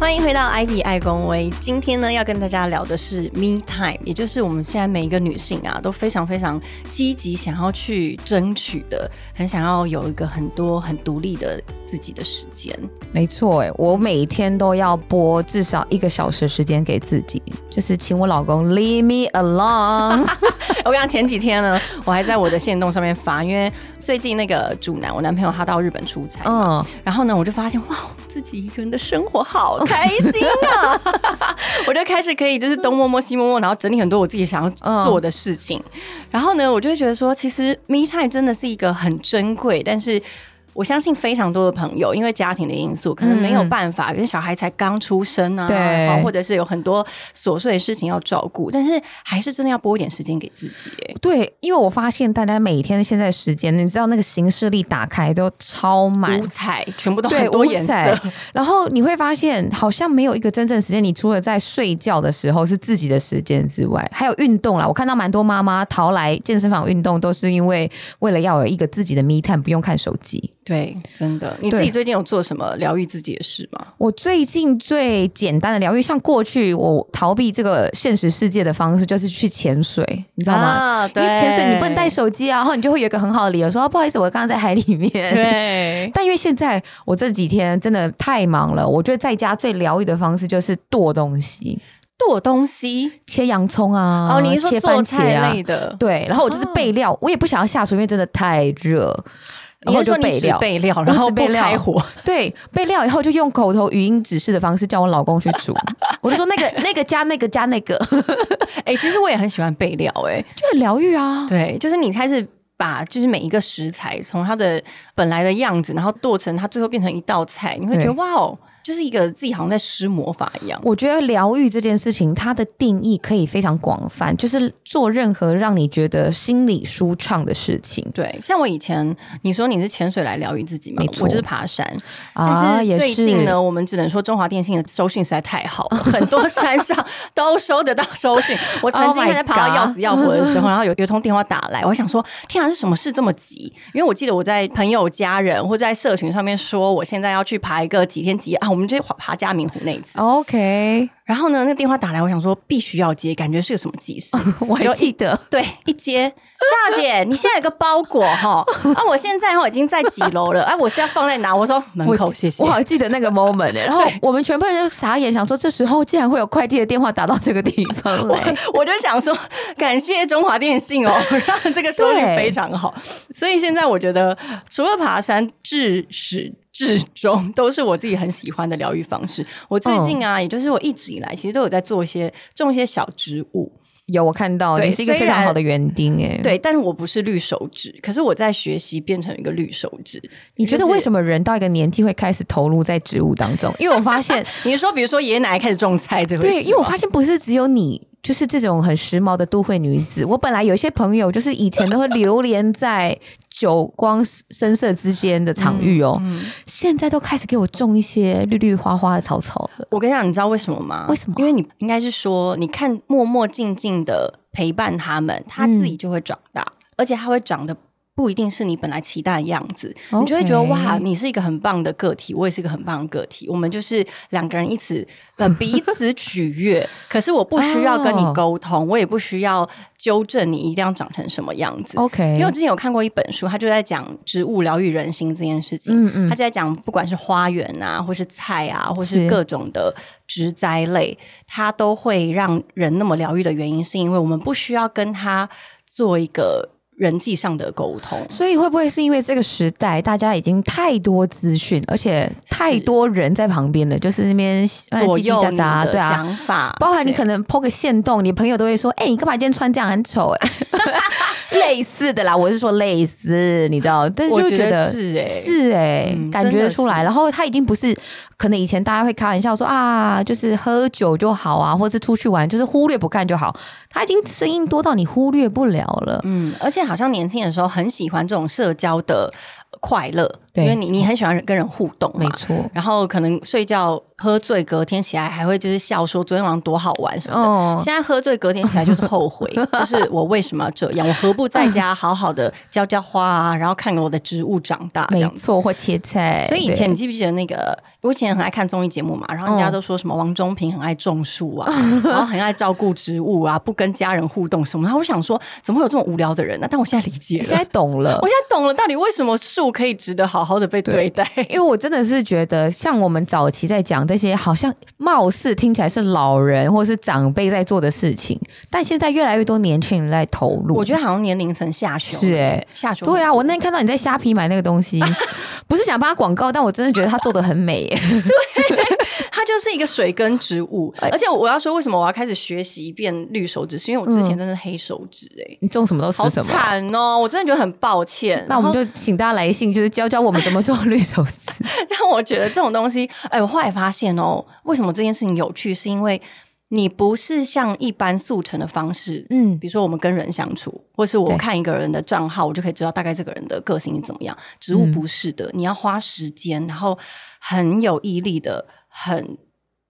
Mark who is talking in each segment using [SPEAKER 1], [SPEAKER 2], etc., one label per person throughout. [SPEAKER 1] 欢迎回到 Ivy 爱公微。今天呢，要跟大家聊的是 Me Time，也就是我们现在每一个女性啊，都非常非常积极想要去争取的，很想要有一个很多很独立的自己的时间。
[SPEAKER 2] 没错，哎，我每天都要播至少一个小时时间给自己，就是请我老公 leave me alone。
[SPEAKER 1] 我跟你讲，前几天呢，我还在我的线动上面发，因为最近那个主男，我男朋友他到日本出差，
[SPEAKER 2] 嗯，
[SPEAKER 1] 然后呢，我就发现哇，自己一个人的生活好开心啊！ 我就开始可以就是东摸摸西摸摸，然后整理很多我自己想要做的事情。然后呢，我就会觉得说，其实 me time 真的是一个很珍贵，但是。我相信非常多的朋友，因为家庭的因素，可能没有办法，因为小孩才刚出生啊，
[SPEAKER 2] 对
[SPEAKER 1] 然后或者是有很多琐碎的事情要照顾，但是还是真的要拨一点时间给自己、欸。
[SPEAKER 2] 对，因为我发现大家每天现在时间，你知道那个行事历打开都超满
[SPEAKER 1] 五，彩全部都很
[SPEAKER 2] 对，
[SPEAKER 1] 多
[SPEAKER 2] 五
[SPEAKER 1] 颜
[SPEAKER 2] 彩
[SPEAKER 1] 色，。
[SPEAKER 2] 然后你会发现，好像没有一个真正的时间，你除了在睡觉的时候是自己的时间之外，还有运动啦。我看到蛮多妈妈逃来健身房运动，都是因为为了要有一个自己的 me time，不用看手机。
[SPEAKER 1] 对，真的。你
[SPEAKER 2] 对
[SPEAKER 1] 自己最近有做什么疗愈自己的事吗？
[SPEAKER 2] 我最近最简单的疗愈，像过去我逃避这个现实世界的方式，就是去潜水，你知道吗？
[SPEAKER 1] 啊
[SPEAKER 2] 因为潜水你不能带
[SPEAKER 1] 对
[SPEAKER 2] 手机啊，然后你就会有一个很好的理由说、哦不好意思，我刚刚在海里 面。
[SPEAKER 1] 对，
[SPEAKER 2] 但因为现在我这几天真的太忙了，我觉得在家最疗愈的方式就是剁东西，
[SPEAKER 1] 剁东西。
[SPEAKER 2] 切洋葱啊，
[SPEAKER 1] 哦，你是说
[SPEAKER 2] 切
[SPEAKER 1] 做
[SPEAKER 2] 番茄
[SPEAKER 1] 菜
[SPEAKER 2] 啊
[SPEAKER 1] 类？的？啊
[SPEAKER 2] 对，然后我就是备料，我也不想要下厨，因为真的太热，然
[SPEAKER 1] 你
[SPEAKER 2] 后
[SPEAKER 1] 是
[SPEAKER 2] 就
[SPEAKER 1] 说你
[SPEAKER 2] 备
[SPEAKER 1] 只
[SPEAKER 2] 料。
[SPEAKER 1] 备料，
[SPEAKER 2] 我
[SPEAKER 1] 然后
[SPEAKER 2] 只备
[SPEAKER 1] 不
[SPEAKER 2] 料
[SPEAKER 1] 开 火？
[SPEAKER 2] 对，备料以后就用口头语音指示的方式叫我老公去煮，我就说那个那个加那个加那个，
[SPEAKER 1] 哎，其实我也很喜欢备料，哎，
[SPEAKER 2] 就很疗愈啊。
[SPEAKER 1] 对，就是你开始。把就是每一个食材从它的本来的样子，然后剁成它最后变成一道菜，你会觉得
[SPEAKER 2] 对
[SPEAKER 1] 哇哦，就是一个自己好像在施魔法一样。
[SPEAKER 2] 我觉得疗愈这件事情，它的定义可以非常广泛，就是做任何让你觉得心里舒畅的事情
[SPEAKER 1] 对，像我以前你说你是潜水来疗愈自己嘛
[SPEAKER 2] 没，错
[SPEAKER 1] 我就是爬山，
[SPEAKER 2] 啊
[SPEAKER 1] 但是
[SPEAKER 2] 也
[SPEAKER 1] 最近呢，我们只能说中华电信的收讯实在太好 了，很多山上都收得到收讯。我曾经
[SPEAKER 2] Oh my
[SPEAKER 1] 还在爬到
[SPEAKER 2] God
[SPEAKER 1] 要死要活的 时候，然后有有一通电话打来，我想说，天啊，是什么事这么急？因为我记得我在朋友、家人或在社群上面说，我现在要去爬一个几天几夜啊，我们就爬爬嘉明湖那一次。
[SPEAKER 2] OK，
[SPEAKER 1] 然后呢，那个电话打来，我想说必须要接，感觉是有什么急事。
[SPEAKER 2] 我还
[SPEAKER 1] 就
[SPEAKER 2] 记得，
[SPEAKER 1] 对，一接，赵姐，你现在有个包裹哈，啊，我现在哈已经在几楼了，哎、啊，我是要放在哪？我说门口，谢谢
[SPEAKER 2] 我。好像记得那个 moment，欸、然后
[SPEAKER 1] 对
[SPEAKER 2] 我们全部人就傻眼，想说这时候竟然会有快递的电话打到这个地方来。
[SPEAKER 1] 我就想说， 感谢中华电信哦， 让这个收益
[SPEAKER 2] 对
[SPEAKER 1] 非常好。所以现在我觉得，除了爬山，至始至终都是我自己很喜欢的疗愈方式。我最近
[SPEAKER 2] 嗯
[SPEAKER 1] 啊，也就是我一直以来，其实都有在做一些种一些小植物，
[SPEAKER 2] 有我看到
[SPEAKER 1] 对
[SPEAKER 2] 你是一个非常好的园丁哎、欸，
[SPEAKER 1] 对，但是我不是绿手指，可是我在学习变成一个绿手指。
[SPEAKER 2] 你觉得为什
[SPEAKER 1] 么？
[SPEAKER 2] 么人到一个年纪会开始投入在植物当 中？因为我发现，
[SPEAKER 1] 你是说，比如说爷爷奶奶开始种菜这回事吗，
[SPEAKER 2] 对，因为我发现不是只有你。就是这种很时髦的都会女子，我本来有一些朋友，就是以前都会流连在酒光深色之间的场域哦，
[SPEAKER 1] 嗯
[SPEAKER 2] 现在都开始给我种一些绿绿花花的草草了。
[SPEAKER 1] 我跟你讲，你知道为什么吗？
[SPEAKER 2] 为什么
[SPEAKER 1] 因为你应该是说，你看默默静静的陪伴他们，他自己就会长大，
[SPEAKER 2] 嗯
[SPEAKER 1] 而且他会长得不一定是你本来期待的样子，你就会觉得
[SPEAKER 2] OK
[SPEAKER 1] 哇，你是一个很棒的个体，我也是一个很棒的个体，我们就是两个人一起呃彼此取 悦。可是我不需要跟你
[SPEAKER 2] 哦
[SPEAKER 1] 沟通，我也不需要纠正你一定要长成什么样子。
[SPEAKER 2] OK，
[SPEAKER 1] 因为我之前有看过一本书，它就在讲植物疗愈人心这件事情。
[SPEAKER 2] 嗯嗯
[SPEAKER 1] 他就在讲，不管是花园啊，或是菜啊，或是
[SPEAKER 2] 是
[SPEAKER 1] 各种的植栽类，它都会让人那么疗愈的原因，是因为我们不需要跟它做一个人际上的沟通。
[SPEAKER 2] 所以会不会是因为这个时代，大家已经太多资讯，而且太多人在旁边了，就是那边呃
[SPEAKER 1] 左
[SPEAKER 2] 叽叽
[SPEAKER 1] 右
[SPEAKER 2] 喳
[SPEAKER 1] 你
[SPEAKER 2] 喳，
[SPEAKER 1] 的
[SPEAKER 2] 对啊。
[SPEAKER 1] 想法，
[SPEAKER 2] 包含你
[SPEAKER 1] 对
[SPEAKER 2] 可能 PO 个线动，你朋友都会说：“哎、你干嘛今天穿这样很丑、哎， 类似的啦，我是说类似，你知道？但是
[SPEAKER 1] 我
[SPEAKER 2] 就
[SPEAKER 1] 觉得
[SPEAKER 2] 觉得
[SPEAKER 1] 是哎
[SPEAKER 2] 是哎、
[SPEAKER 1] 嗯
[SPEAKER 2] 感
[SPEAKER 1] 真
[SPEAKER 2] 觉
[SPEAKER 1] 的
[SPEAKER 2] 得出来。
[SPEAKER 1] 是
[SPEAKER 2] 然后他已经不是可能以前大家会开玩笑说啊，就是喝酒就好啊，或是出去玩，就是忽略不看就好。他已经声音多到你忽略不了了。
[SPEAKER 1] 嗯，而且好像年轻的时候很喜欢这种社交的快乐，
[SPEAKER 2] 对
[SPEAKER 1] 因为你你很喜欢人跟人互动嘛，
[SPEAKER 2] 没错，
[SPEAKER 1] 然后可能睡觉喝醉隔天起来还会就是笑说昨天晚上多好玩什么的，
[SPEAKER 2] 哦
[SPEAKER 1] 现在喝醉隔天起来就是后 悔，就是我为什么要这样？我何不在家好好的浇浇花啊，然后看我的植物长大这
[SPEAKER 2] 没
[SPEAKER 1] 样子。
[SPEAKER 2] 错，或切菜。
[SPEAKER 1] 所以以
[SPEAKER 2] 对哦
[SPEAKER 1] 前你记不记得那个？我以前很爱看综艺节目嘛，然后人家都说什么王中平很爱种树 啊，然后很爱照顾植物啊，不跟家人互动什么。然后我想说，怎么会有这么无聊的人呢、但我现在理解了，
[SPEAKER 2] 现在懂 了
[SPEAKER 1] 我。现在懂了，到底为什么树可以值得好好的被对待？
[SPEAKER 2] 因为我真的是觉得，像我们早期在讲这些，好像貌似听起来是老人或是长辈在做的事情，但现在越来越多年轻人在投入。
[SPEAKER 1] 我觉得好像年龄层下修，
[SPEAKER 2] 是欸
[SPEAKER 1] 下修。
[SPEAKER 2] 对啊，我那天看到你在虾皮买那 个东西，不是想帮他广告，但我真的觉得他做的很美耶。
[SPEAKER 1] 它就是一个水根植物，而且我要说，为什么我要开始学习变绿手指，是因为我之前真的是黑手指、哎、
[SPEAKER 2] 你种什么都
[SPEAKER 1] 好
[SPEAKER 2] 死什么。
[SPEAKER 1] 惨哦！我真的觉得很抱歉。
[SPEAKER 2] 那我们
[SPEAKER 1] 然后，
[SPEAKER 2] 就请大家来信，就是教教我们怎么做绿手 指。
[SPEAKER 1] 但我觉得这种东西， 哎、我后来发现哦，为什么这件事情有趣，是因为你不是像一般速成的方式，
[SPEAKER 2] 嗯，
[SPEAKER 1] 比如说我们跟人相处，或是我
[SPEAKER 2] 对
[SPEAKER 1] 看一个人的账号，我就可以知道大概这个人的个性是怎么样。植物不是的，你要花时间，然后很有毅力的，很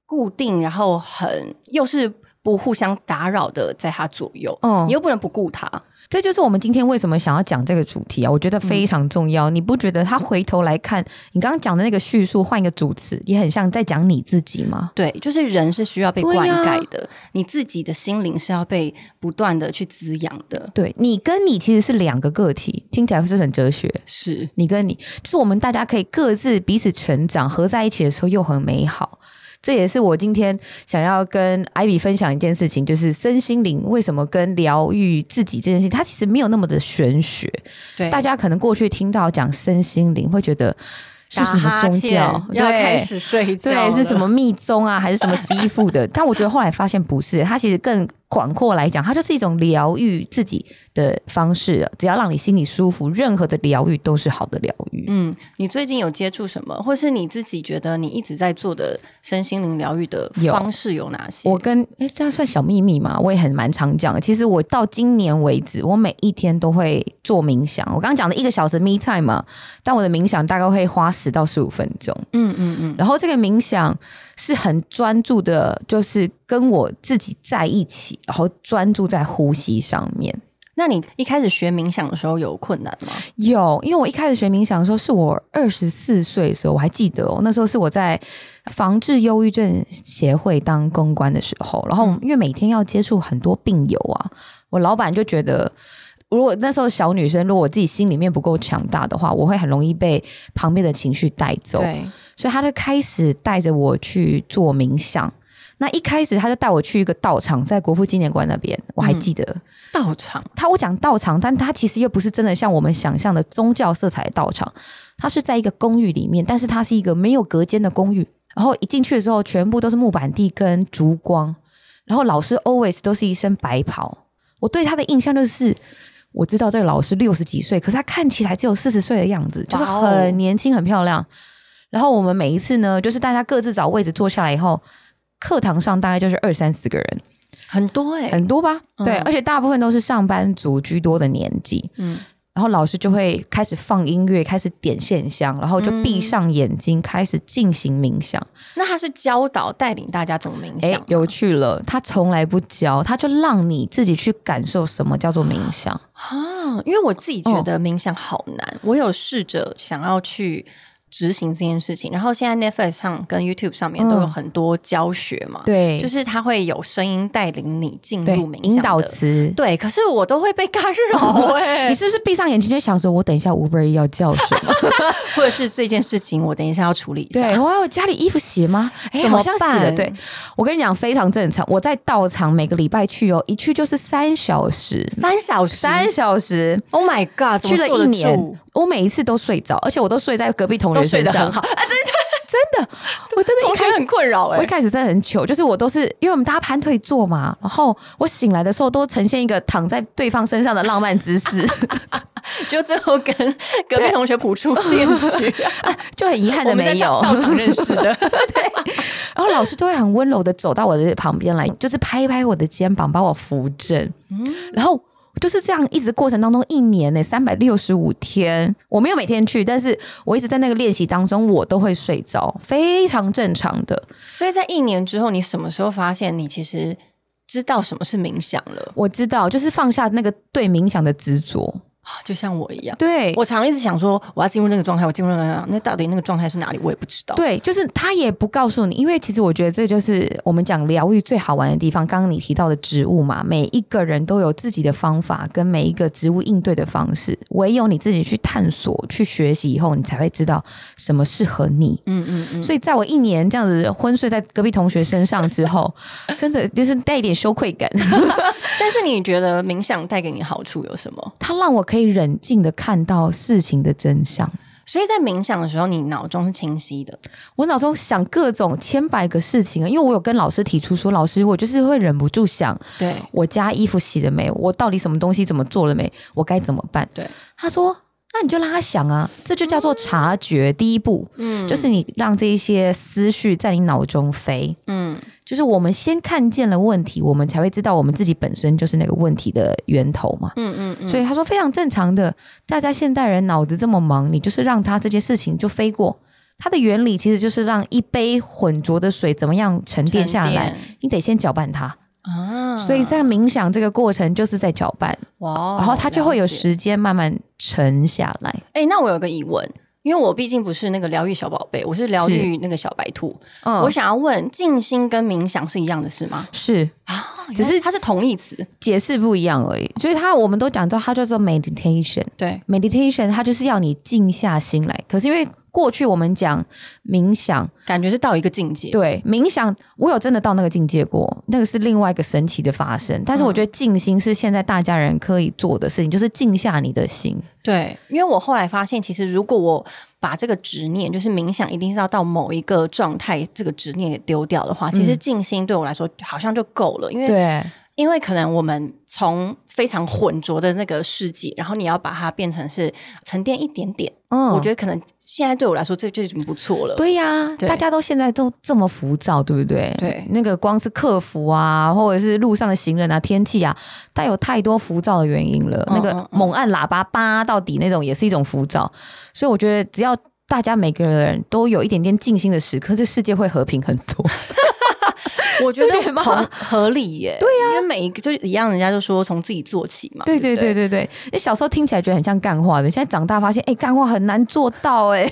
[SPEAKER 1] 固定，然后很又是不互相打扰的，在他左右，
[SPEAKER 2] 哦
[SPEAKER 1] 你又不能不顾他。
[SPEAKER 2] 这就是我们今天为什么想要讲这个主题啊，我觉得
[SPEAKER 1] 嗯
[SPEAKER 2] 非常重要。你不觉得他回头来看你刚刚讲的那个叙述，换一个主持，也很像在讲你自己吗？
[SPEAKER 1] 对，就是人是需要被
[SPEAKER 2] 对
[SPEAKER 1] 灌
[SPEAKER 2] 呀
[SPEAKER 1] 溉的，你自己的心灵是要被不断的去滋养的。
[SPEAKER 2] 对你跟你其实是两个个体，听起来是很哲学。
[SPEAKER 1] 是，
[SPEAKER 2] 你跟你就是我们大家可以各自彼此成长，合在一起的时候又很美好。这也是我今天想要跟艾比分享一件事情，就是身心灵为什么跟疗愈自己这件事情，它其实没有那么的玄学。
[SPEAKER 1] 对，
[SPEAKER 2] 大家可能过去听到讲身心灵，会觉得是
[SPEAKER 1] 打
[SPEAKER 2] 什么
[SPEAKER 1] 哈
[SPEAKER 2] 宗
[SPEAKER 1] 欠
[SPEAKER 2] 教，
[SPEAKER 1] 要开
[SPEAKER 2] 对。
[SPEAKER 1] 始睡觉
[SPEAKER 2] 对，
[SPEAKER 1] 了，
[SPEAKER 2] 是什么密宗啊，还是什么西附的？ 但我觉得后来发现不是，它其实更广阔来讲，它就是一种疗愈自己的方式了。只要让你心里舒服，任何的疗愈都是好的疗愈。
[SPEAKER 1] 嗯，你最近有接触什么，或是你自己觉得你一直在做的身心灵疗愈的
[SPEAKER 2] 有
[SPEAKER 1] 方式有哪些？
[SPEAKER 2] 我跟哎，这样算小秘密嘛？我也很蛮常讲的。其实我到今年为止，我每一天都会做冥想。我刚刚讲的一个小时 me time 嘛，但我的冥想大概会花十到十五分钟。
[SPEAKER 1] 嗯嗯嗯，
[SPEAKER 2] 然后这个冥想是很专注的，就是跟我自己在一起，然后专注在呼吸上面。
[SPEAKER 1] 那你一开始学冥想的时候有困难吗？
[SPEAKER 2] 有，因为我一开始学冥想的时候，是我二十四岁的时候，我还记得哦，那时候是我在防治忧郁症协会当公关的时候，然后
[SPEAKER 1] 嗯
[SPEAKER 2] 因为每天要接触很多病友啊，我老板就觉得。如果那时候小女生，如果我自己心里面不够强大的话，我会很容易被旁边的情绪带走。
[SPEAKER 1] 对，
[SPEAKER 2] 所以他就开始带着我去做冥想。那一开始他就带我去一个道场，在国父纪念馆那边，我还记得、
[SPEAKER 1] 道场
[SPEAKER 2] 他我讲道场，但他其实又不是真的像我们想象的宗教色彩的道场，它是在一个公寓里面，但是它是一个没有隔间的公寓。然后一进去的时候，全部都是木板地跟烛光，然后老师 always 都是一身白袍。我对他的印象就是，我知道这个老师六十几岁，可是他看起来只有四十岁的样子，就是
[SPEAKER 1] 哇哦
[SPEAKER 2] 很年轻、很漂亮。然后我们每一次呢，就是大家各自找位置坐下来以后，课堂上大概就是二三十个人，
[SPEAKER 1] 很多哎、
[SPEAKER 2] 很多吧？
[SPEAKER 1] 嗯
[SPEAKER 2] 对，而且大部分都是上班族居多的年纪。
[SPEAKER 1] 嗯，
[SPEAKER 2] 然后老师就会开始放音乐，开始点线香，然后就
[SPEAKER 1] 嗯
[SPEAKER 2] 闭上眼睛，开始进行冥想。
[SPEAKER 1] 那他是教导带领大家怎么冥
[SPEAKER 2] 哎、
[SPEAKER 1] 想吗？
[SPEAKER 2] 有趣了，他从来不教，他就让你自己去感受什么叫做冥想。
[SPEAKER 1] 啊，因为我自己觉
[SPEAKER 2] 哦
[SPEAKER 1] 得冥想好难，我有试着想要去。执行这件事情，然后现在 Netflix 上跟 YouTube 上面都有
[SPEAKER 2] 嗯
[SPEAKER 1] 很多教学嘛，
[SPEAKER 2] 对，
[SPEAKER 1] 就是是它会有声音带领你进
[SPEAKER 2] 对
[SPEAKER 1] 入冥想
[SPEAKER 2] 引导
[SPEAKER 1] 的
[SPEAKER 2] 词。
[SPEAKER 1] 对，可是我都会被干扰哎、
[SPEAKER 2] 你是不是闭上眼睛就想说，我等一下 Uber 要叫什么？
[SPEAKER 1] 或者是这件事情，我等一下要 处理一
[SPEAKER 2] 对，
[SPEAKER 1] 下。
[SPEAKER 2] 哇，我家里衣服洗吗？哎、
[SPEAKER 1] 怎么
[SPEAKER 2] 好像洗了。
[SPEAKER 1] 办
[SPEAKER 2] 对，我跟你讲，非常正常。我在道场每个礼拜去哦，一去就是三小时，
[SPEAKER 1] 三小时，
[SPEAKER 2] 三小时。
[SPEAKER 1] ，Oh my God，怎
[SPEAKER 2] 去
[SPEAKER 1] 么
[SPEAKER 2] 了
[SPEAKER 1] 坐
[SPEAKER 2] 一
[SPEAKER 1] 得
[SPEAKER 2] 年
[SPEAKER 1] 住，
[SPEAKER 2] 我每一次都睡着，而且我都睡在隔壁同
[SPEAKER 1] 都
[SPEAKER 2] 学
[SPEAKER 1] 睡
[SPEAKER 2] 身
[SPEAKER 1] 得
[SPEAKER 2] 上，
[SPEAKER 1] 很 好，啊
[SPEAKER 2] 真的，我真的一
[SPEAKER 1] 我
[SPEAKER 2] 开
[SPEAKER 1] 开
[SPEAKER 2] 始
[SPEAKER 1] 始很困扰哎、
[SPEAKER 2] 我一开始真的很糗，就是我都是因为我们大家盘腿坐嘛，然后我醒来的时候都呈现一个躺在对方身上的浪漫姿势，
[SPEAKER 1] 就最后跟隔壁
[SPEAKER 2] 对
[SPEAKER 1] 同学谱出恋 曲，
[SPEAKER 2] 就很遗憾
[SPEAKER 1] 我
[SPEAKER 2] 的
[SPEAKER 1] 们在
[SPEAKER 2] 没有
[SPEAKER 1] 道。道场认识的，
[SPEAKER 2] 然后老师都会很温柔的走到我的旁边来，就是拍一拍我的肩膀，把我扶正。然后就是这样，一直过程当中，一年呢三百六十五天，我没有每天去，但是我一直在那个练习当中，我都会睡着，非常正常的。
[SPEAKER 1] 所以在一年之后，你什么时候发现你其实知道什么是冥想了？
[SPEAKER 2] 我知道，就是放下那个对冥想的执着。
[SPEAKER 1] 啊就像我一样，
[SPEAKER 2] 对，
[SPEAKER 1] 我常一直想说我要进入那个状态，我进入那个状态，那到底那个状态是哪里，我也不知道。
[SPEAKER 2] 对，就是他也不告诉你，因为其实我觉得这就是我们讲疗愈最好玩的地方。刚刚你提到的植物嘛，每一个人都有自己的方法，跟每一个植物应对的方式，唯有你自己去探索、去学习以后，你才会知道什么适合你。
[SPEAKER 1] 嗯嗯嗯，
[SPEAKER 2] 所以，在我一年这样子昏睡在隔壁同学身上之后， 真的就是带一点羞愧感。
[SPEAKER 1] 但是你觉得冥想带给你好处有什么？
[SPEAKER 2] 它让我可以冷静的看到事情的真相。
[SPEAKER 1] 所以在冥想的时候，你脑中是清晰的。
[SPEAKER 2] 我脑中想各种千百个事情啊，因为我有跟老师提出说，老师，我就是会忍不住想，
[SPEAKER 1] 对
[SPEAKER 2] 我家衣服洗了没？我到底什么东西怎么做了没？我该怎么办？
[SPEAKER 1] 对，
[SPEAKER 2] 他说，那你就让他想啊，这就叫做察觉。第一步
[SPEAKER 1] 嗯
[SPEAKER 2] 就是你让这一些思绪在你脑中飞，
[SPEAKER 1] 嗯，
[SPEAKER 2] 就是我们先看见了问题，我们才会知道我们自己本身就是那个问题的源头嘛。
[SPEAKER 1] 嗯嗯嗯，
[SPEAKER 2] 所以他说非常正常的，大家现代人脑子这么忙，你就是让他这件事情就飞过。它的原理其实就是让一杯浑浊的水怎么样沉淀下来，你得先搅拌它。
[SPEAKER 1] 啊，
[SPEAKER 2] 所以在冥想这个过程就是在搅拌，
[SPEAKER 1] 哇哦，
[SPEAKER 2] 然后它就会有
[SPEAKER 1] 了解
[SPEAKER 2] 时间慢慢沉下来。
[SPEAKER 1] 哎、那我有个疑问，因为我毕竟不是那个疗愈小宝贝，我是疗愈那个小白兔。
[SPEAKER 2] 嗯
[SPEAKER 1] 我想要问，静心跟冥想是一样的事吗？
[SPEAKER 2] 是
[SPEAKER 1] 啊，
[SPEAKER 2] 只是
[SPEAKER 1] 原来它是同义词。
[SPEAKER 2] 解释不一样而已，所以它我们都讲到它叫做 meditation。
[SPEAKER 1] 对，
[SPEAKER 2] meditation 它就是要你静下心来，可是因为过去我们讲冥想，
[SPEAKER 1] 感觉是到一个境界。
[SPEAKER 2] 对冥想，我有真的到那个境界过，那个是另外一个神奇的发生。但是我觉得静心是现在大家人可以做的事情，就是静下你的心。
[SPEAKER 1] 对，因为我后来发现，其实如果我把这个执念，就是冥想，一定是要到某一个状态，这个执念给丢掉的话，其实静心对我来说好像就够了，因为
[SPEAKER 2] 对，
[SPEAKER 1] 因为可能我们从非常浑浊的那个世界，然后你要把它变成是沉淀一点点，
[SPEAKER 2] 嗯
[SPEAKER 1] 我觉得可能现在对我来说这就已经不错了。
[SPEAKER 2] 对呀、
[SPEAKER 1] 对
[SPEAKER 2] 大家都现在都这么浮躁，对不对？
[SPEAKER 1] 对
[SPEAKER 2] 那个光是客服啊，或者是路上的行人啊，天气啊，带有太多浮躁的原因了。
[SPEAKER 1] 嗯
[SPEAKER 2] 那
[SPEAKER 1] 嗯
[SPEAKER 2] 个
[SPEAKER 1] 嗯
[SPEAKER 2] 猛按喇叭叭到底那种也是一种浮躁，所以我觉得只要。大家每个人都有一点点静心的时刻，这世界会和平很 多。
[SPEAKER 1] 我觉
[SPEAKER 2] 对
[SPEAKER 1] 得
[SPEAKER 2] 吗 啊
[SPEAKER 1] 同合理耶，对呀、因为每一个就是一样，人家就说从自己做起嘛，
[SPEAKER 2] 对
[SPEAKER 1] 对
[SPEAKER 2] 对
[SPEAKER 1] 不
[SPEAKER 2] 对对对，你小时候听起来觉得很像干话的，现在长大发现，哎、干话很难做到哎、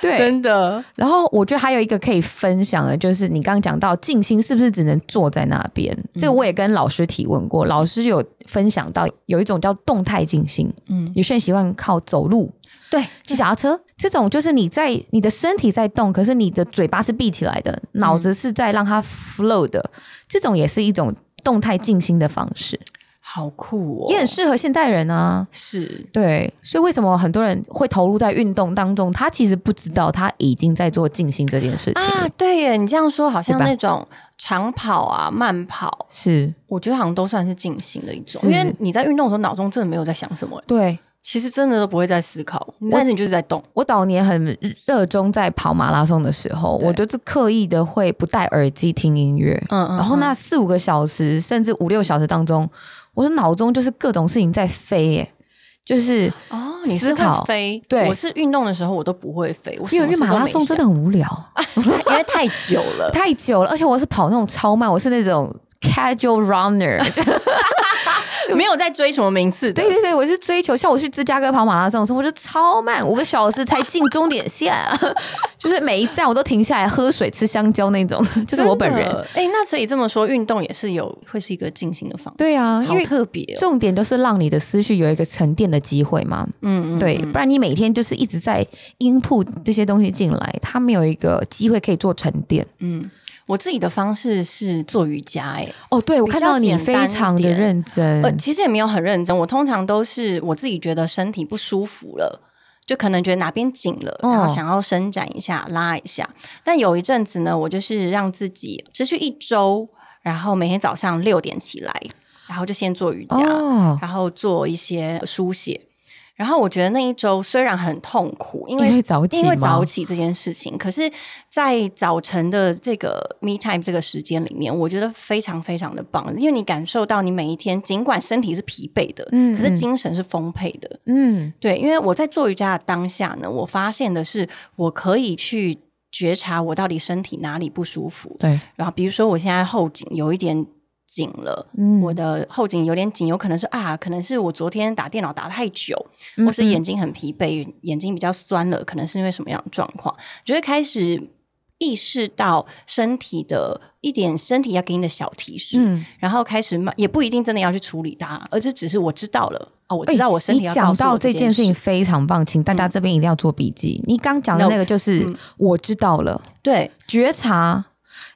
[SPEAKER 2] 对，
[SPEAKER 1] 真的，
[SPEAKER 2] 然后我觉得还有一个可以分享的，就是你刚刚讲到静心是不是只能坐在那边？这个我也跟老师提问过，老师有分享到有一种叫动态静心，
[SPEAKER 1] 嗯，
[SPEAKER 2] 有些人喜欢靠走路、
[SPEAKER 1] 对，
[SPEAKER 2] 骑脚踏车，这种就是你在你的身体在动，可是你的嘴巴是闭起来的，脑子是在让它 flow 的，这种也是一种动态静心的方式，
[SPEAKER 1] 好酷哦，
[SPEAKER 2] 也很适合现代人啊。
[SPEAKER 1] 是
[SPEAKER 2] 对，所以为什么很多人会投入在运动当中？他其实不知道他已经在做静心这件事情了。
[SPEAKER 1] 啊，对耶，你这样说好像
[SPEAKER 2] 对吧
[SPEAKER 1] 那种长跑啊、慢跑，
[SPEAKER 2] 是，
[SPEAKER 1] 我觉得好像都算是进行的一种，
[SPEAKER 2] 是
[SPEAKER 1] 因为你在运动的时候脑中真的没有在想什么，
[SPEAKER 2] 对
[SPEAKER 1] 其实真的都不会在思考，但是你就是在动，
[SPEAKER 2] 我早年很热衷在跑马拉松的时候，
[SPEAKER 1] 对
[SPEAKER 2] 我就是刻意的会不戴耳机听音乐，
[SPEAKER 1] 嗯嗯
[SPEAKER 2] 然后那四五个小时甚至五六小时当中，我的脑中就是各种事情在飞耶。就是
[SPEAKER 1] 哦，你是
[SPEAKER 2] 思考
[SPEAKER 1] 会飞，
[SPEAKER 2] 对
[SPEAKER 1] 我是运动的时候我都不会飞，我
[SPEAKER 2] 因为因为马拉 松真的很无聊，
[SPEAKER 1] 的因为太久了，
[SPEAKER 2] 啊太久了，而且我是跑那种超慢，我是那种 casual runner，
[SPEAKER 1] 没有在追什么名次的，
[SPEAKER 2] 对对对，我是追求像我去芝加哥跑马拉松的时候，我就超慢，五个小时才进终点线，啊 就是每一站我都停下来喝水、吃香蕉那种，就是我本人
[SPEAKER 1] 真。的。哎、那所以这么说，运动也是有会是一个进行的方式，
[SPEAKER 2] 对啊，因
[SPEAKER 1] 好
[SPEAKER 2] 为
[SPEAKER 1] 特别、哦。
[SPEAKER 2] 重点就是让你的思绪有一个沉淀的机会嘛。
[SPEAKER 1] 嗯嗯，
[SPEAKER 2] 对，
[SPEAKER 1] 嗯
[SPEAKER 2] 不然你每天就是一直在 input 这些东西进来，它没有一个机会可以做沉淀。
[SPEAKER 1] 嗯，我自己的方式是做瑜伽、哎，
[SPEAKER 2] 哦，对我
[SPEAKER 1] 比较
[SPEAKER 2] 看到你
[SPEAKER 1] 简单
[SPEAKER 2] 非
[SPEAKER 1] 一
[SPEAKER 2] 常的
[SPEAKER 1] 点
[SPEAKER 2] 认真，
[SPEAKER 1] 呃，其实也没有很认真，我通常都是我自己觉得身体不舒服了。就可能觉得哪边紧了，
[SPEAKER 2] 哦
[SPEAKER 1] 然后想要伸展一下、拉一下。但有一阵子呢，我就是让自己持续一周，然后每天早上六点起来，然后就先做瑜伽，
[SPEAKER 2] 哦，
[SPEAKER 1] 然后做一些书写。然后我觉得那一周虽然很痛苦，因为
[SPEAKER 2] 因为早起
[SPEAKER 1] 因为早
[SPEAKER 2] 吗
[SPEAKER 1] 起这件事情，可是，在早晨的这个 me time 这个时间里面，我觉得非常非常的棒，因为你感受到你每一天，尽管身体是疲惫的，
[SPEAKER 2] 嗯
[SPEAKER 1] 可是
[SPEAKER 2] 嗯
[SPEAKER 1] 精神是丰沛的。
[SPEAKER 2] 嗯
[SPEAKER 1] 对，因为我在做瑜伽的当下呢，我发现的是，我可以去觉察我到底身体哪里不舒服。
[SPEAKER 2] 对，
[SPEAKER 1] 然后，比如说我现在后颈有一点紧了，
[SPEAKER 2] 嗯
[SPEAKER 1] 我的后颈有点紧，有可能是啊，可能是我昨天打电脑打太久，
[SPEAKER 2] 嗯
[SPEAKER 1] 或是
[SPEAKER 2] 嗯
[SPEAKER 1] 眼睛很疲惫，眼睛比较酸了，可能是因为什么样的状况，就会开始意识到身体的一点身体要给你的小提示，
[SPEAKER 2] 嗯
[SPEAKER 1] 然后开始慢，也不一定真的要去处理它，而是只是我知道了哦，我
[SPEAKER 2] 哎
[SPEAKER 1] 知道我身体要
[SPEAKER 2] 你讲
[SPEAKER 1] 告诉我
[SPEAKER 2] 到这
[SPEAKER 1] 件嗯
[SPEAKER 2] 件事情，非常棒，请大家这边一定要做笔记。你刚讲的那个
[SPEAKER 1] Note，
[SPEAKER 2] 就是、
[SPEAKER 1] 嗯
[SPEAKER 2] 我知道了，
[SPEAKER 1] 对，
[SPEAKER 2] 觉察，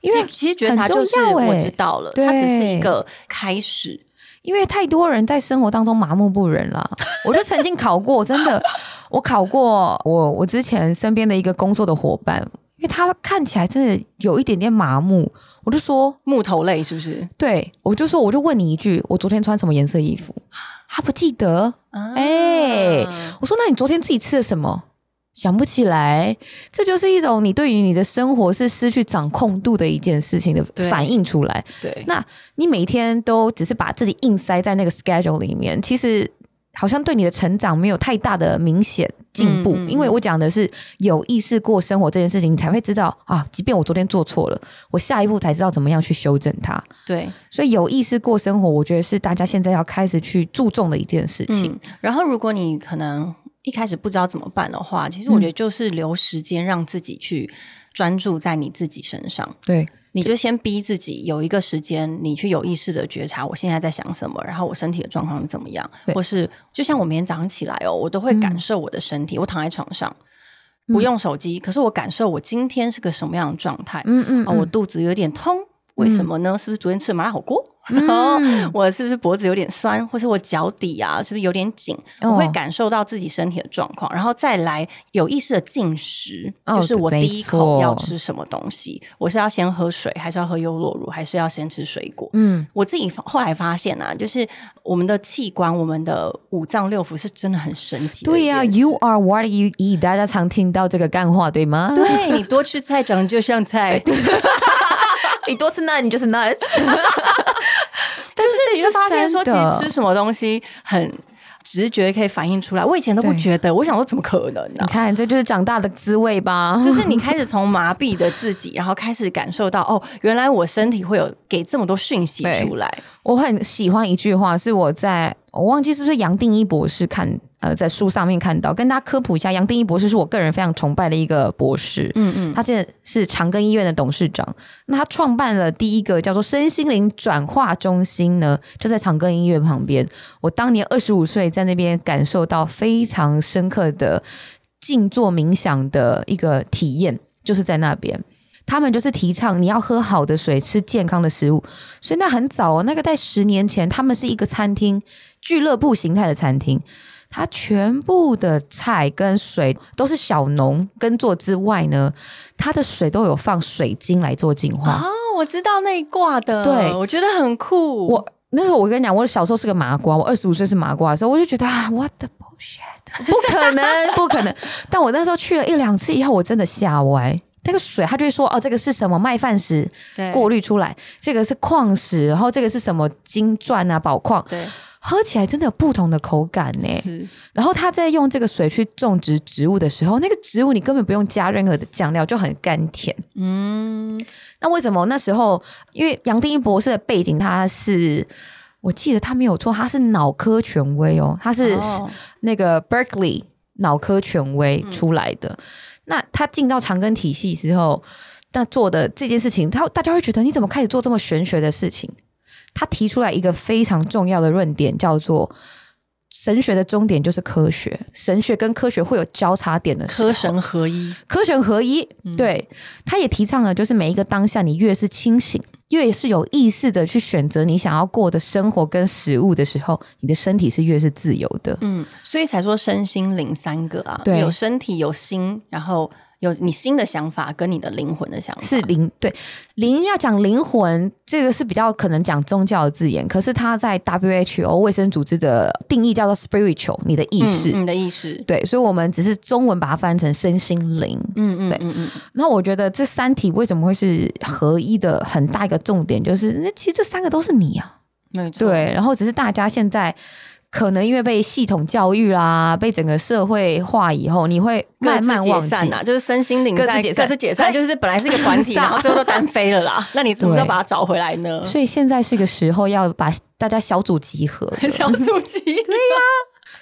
[SPEAKER 2] 因
[SPEAKER 1] 其
[SPEAKER 2] 为
[SPEAKER 1] 实其实觉察
[SPEAKER 2] 很重
[SPEAKER 1] 就是
[SPEAKER 2] 要
[SPEAKER 1] 我
[SPEAKER 2] 哎
[SPEAKER 1] 知道了，它只是
[SPEAKER 2] 对
[SPEAKER 1] 一个开始，
[SPEAKER 2] 因为太多人在生活当中麻木不仁了。我就曾经考过，真的，我考过我我之前身边的一个工作的伙伴，因为他看起来真的有一点点麻木，我就说，
[SPEAKER 1] 木头类是不是？
[SPEAKER 2] 对我就说，我就问你一句，我昨天穿什么颜色衣服？他不记得，哎
[SPEAKER 1] 啊
[SPEAKER 2] 我说：“那你昨天自己吃了什么？”想不起来，这就是一种你对于你的生活是失去掌控度的一件事情的
[SPEAKER 1] 对
[SPEAKER 2] 反应出来。
[SPEAKER 1] 对，
[SPEAKER 2] 那你每天都只是把自己硬塞在那个 schedule 里面，其实好像对你的成长没有太大的明显进步。
[SPEAKER 1] 嗯嗯嗯
[SPEAKER 2] 因为我讲的是有意识过生活这件事情，你才会知道啊，即便我昨天做错了，我下一步才知道怎么样去修正它。
[SPEAKER 1] 对，
[SPEAKER 2] 所以有意识过生活，我觉得是大家现在要开始去注重的一件事情。
[SPEAKER 1] 嗯，然后如果你可能一开始不知道怎么办的话，其
[SPEAKER 2] 嗯
[SPEAKER 1] 实我觉得就是留时间让自己去专注在你自己身上。
[SPEAKER 2] 对，
[SPEAKER 1] 你就先逼自己有一个时间，你去有意识的觉察我现在在想什么，然后我身体的状况是怎么样，
[SPEAKER 2] 对嗯
[SPEAKER 1] 或是就像我明天早上起来哦，我都会感受我的身体，我躺在床上不用手机，可是我感受我今天是个什么样的状态。
[SPEAKER 2] 嗯嗯
[SPEAKER 1] 哦，我肚子有点痛，为什么呢？是不是昨天吃了麻辣火锅？然后
[SPEAKER 2] 嗯
[SPEAKER 1] 我是不是脖子有点酸，或是我脚底啊是不是有点紧？
[SPEAKER 2] 哦
[SPEAKER 1] 我会感受到自己身体的状况，然后再来有意识的进食，
[SPEAKER 2] 哦
[SPEAKER 1] 就是我第一口
[SPEAKER 2] 没错
[SPEAKER 1] 要吃什么东西，我是要先喝水，还是要喝优酪乳，还是要先吃水果？
[SPEAKER 2] 嗯，
[SPEAKER 1] 我自己发后来发现啊，就是我们的器官、我们的五脏六腑是真的很神奇的一
[SPEAKER 2] 对
[SPEAKER 1] 件
[SPEAKER 2] 呀、
[SPEAKER 1] 事。
[SPEAKER 2] y o u are what you eat，大家常听到这个干话，对吗？
[SPEAKER 1] 对你多吃菜长得就像 菜，
[SPEAKER 2] 啊你多吃 nut，你就是 nut。
[SPEAKER 1] 但是你会发现说，其
[SPEAKER 2] 真的
[SPEAKER 1] 实吃什么东西很直觉可以反映出来。我以前都不
[SPEAKER 2] 对
[SPEAKER 1] 觉得，我想说怎么可能啊呢、
[SPEAKER 2] 你看，这就是长大的滋味吧？
[SPEAKER 1] 就是 你开始从麻痹的自己，然后开始感受到哦，原来我身体会有给这么多讯息
[SPEAKER 2] 对嗯
[SPEAKER 1] 出来。
[SPEAKER 2] 我很喜欢一句话，是我在我忘记是不是杨定一博士看呃在书上面看到，跟大家科普一下，杨定一博士是我个人非常崇拜的一个博士。
[SPEAKER 1] 嗯嗯，
[SPEAKER 2] 他这是长庚医院的董事长，那他创办了第一个叫做身心灵转化中心呢，就在长庚医院旁边。我当年二十五岁在那边感受到非常深刻的静坐冥想的一个体验，就是在那边。他们就是提倡你要喝好的水，吃健康的食物，所以那很早哦，那个在十年前，他们是一个餐厅俱乐部形态的餐厅，它全部的菜跟水都是小农耕作之外呢，它的水都有放水晶来做净化。
[SPEAKER 1] 啊，我知道那一挂的，
[SPEAKER 2] 对
[SPEAKER 1] 我觉得很酷。
[SPEAKER 2] 我那时候我跟你讲，我小时候是个麻瓜，我二十五岁是麻瓜的时候，我就觉得啊，what the bullshit，不可能，不可能。但我那时候去了一两次以后，我真的吓歪。那个水，他就会说哦，这个是什么麦饭石
[SPEAKER 1] 对
[SPEAKER 2] 过滤出来，这个是矿石，然后这个是什么金钻啊宝矿，
[SPEAKER 1] 对
[SPEAKER 2] 喝起来真的有不同的口感呢、
[SPEAKER 1] 是
[SPEAKER 2] 然后他在用这个水去种植植物的时候，那个植物你根本不用加任何的酱料，就很甘甜。
[SPEAKER 1] 嗯
[SPEAKER 2] 那为什么那时候？因为杨定一博士的背景，他是我记得他没有错，他是脑科权威哦，他是
[SPEAKER 1] 哦
[SPEAKER 2] 那个 Berkeley 脑科权威出来
[SPEAKER 1] 嗯
[SPEAKER 2] 的。那他进到长庚体系之后，那做的这件事情，他大家会觉得你怎么开始做这么玄学的事情？他提出来一个非常重要的论点，叫做。神学的终点就是科学，神学跟科学会有交叉点的时候
[SPEAKER 1] 科神合一，
[SPEAKER 2] 科学合一。
[SPEAKER 1] 嗯
[SPEAKER 2] 对，他也提倡了，就是每一个当下，你越是清醒，越是有意识的去选择你想要过的生活跟食物的时候，你的身体是越是
[SPEAKER 1] 嗯
[SPEAKER 2] 自由的。
[SPEAKER 1] 嗯，所以才说身心灵三个啊，
[SPEAKER 2] 对
[SPEAKER 1] 有身体有心，然后有你新的想法跟你的灵魂的想法。
[SPEAKER 2] 是灵对灵要讲灵魂，这个是比较可能讲宗教的字眼，可是它在 WHO 卫生组织的定义叫做 spiritual，你的意识。
[SPEAKER 1] 嗯你的意识。
[SPEAKER 2] 对，所以我们只是中文把它翻成身心灵。
[SPEAKER 1] 嗯嗯嗯嗯，
[SPEAKER 2] 那我觉得这三体为什么会是合一的很大一个重点，就是那其实这三个都是你啊。
[SPEAKER 1] 没错。
[SPEAKER 2] 对，然后只是大家现在可能因为被系统教育啦，被整个社会化以后，你会
[SPEAKER 1] 各
[SPEAKER 2] 慢
[SPEAKER 1] 自
[SPEAKER 2] 慢
[SPEAKER 1] 解
[SPEAKER 2] 忘记。
[SPEAKER 1] 散啊，就是身心灵
[SPEAKER 2] 各自
[SPEAKER 1] 在
[SPEAKER 2] 解散
[SPEAKER 1] 各自解散，哎就是本来是一个团 体，
[SPEAKER 2] 散
[SPEAKER 1] 然后最后都单飞了 啦。那你怎么要把它找回来呢？
[SPEAKER 2] 所以现在是个时候要把大家小组集合 的
[SPEAKER 1] 小组机，对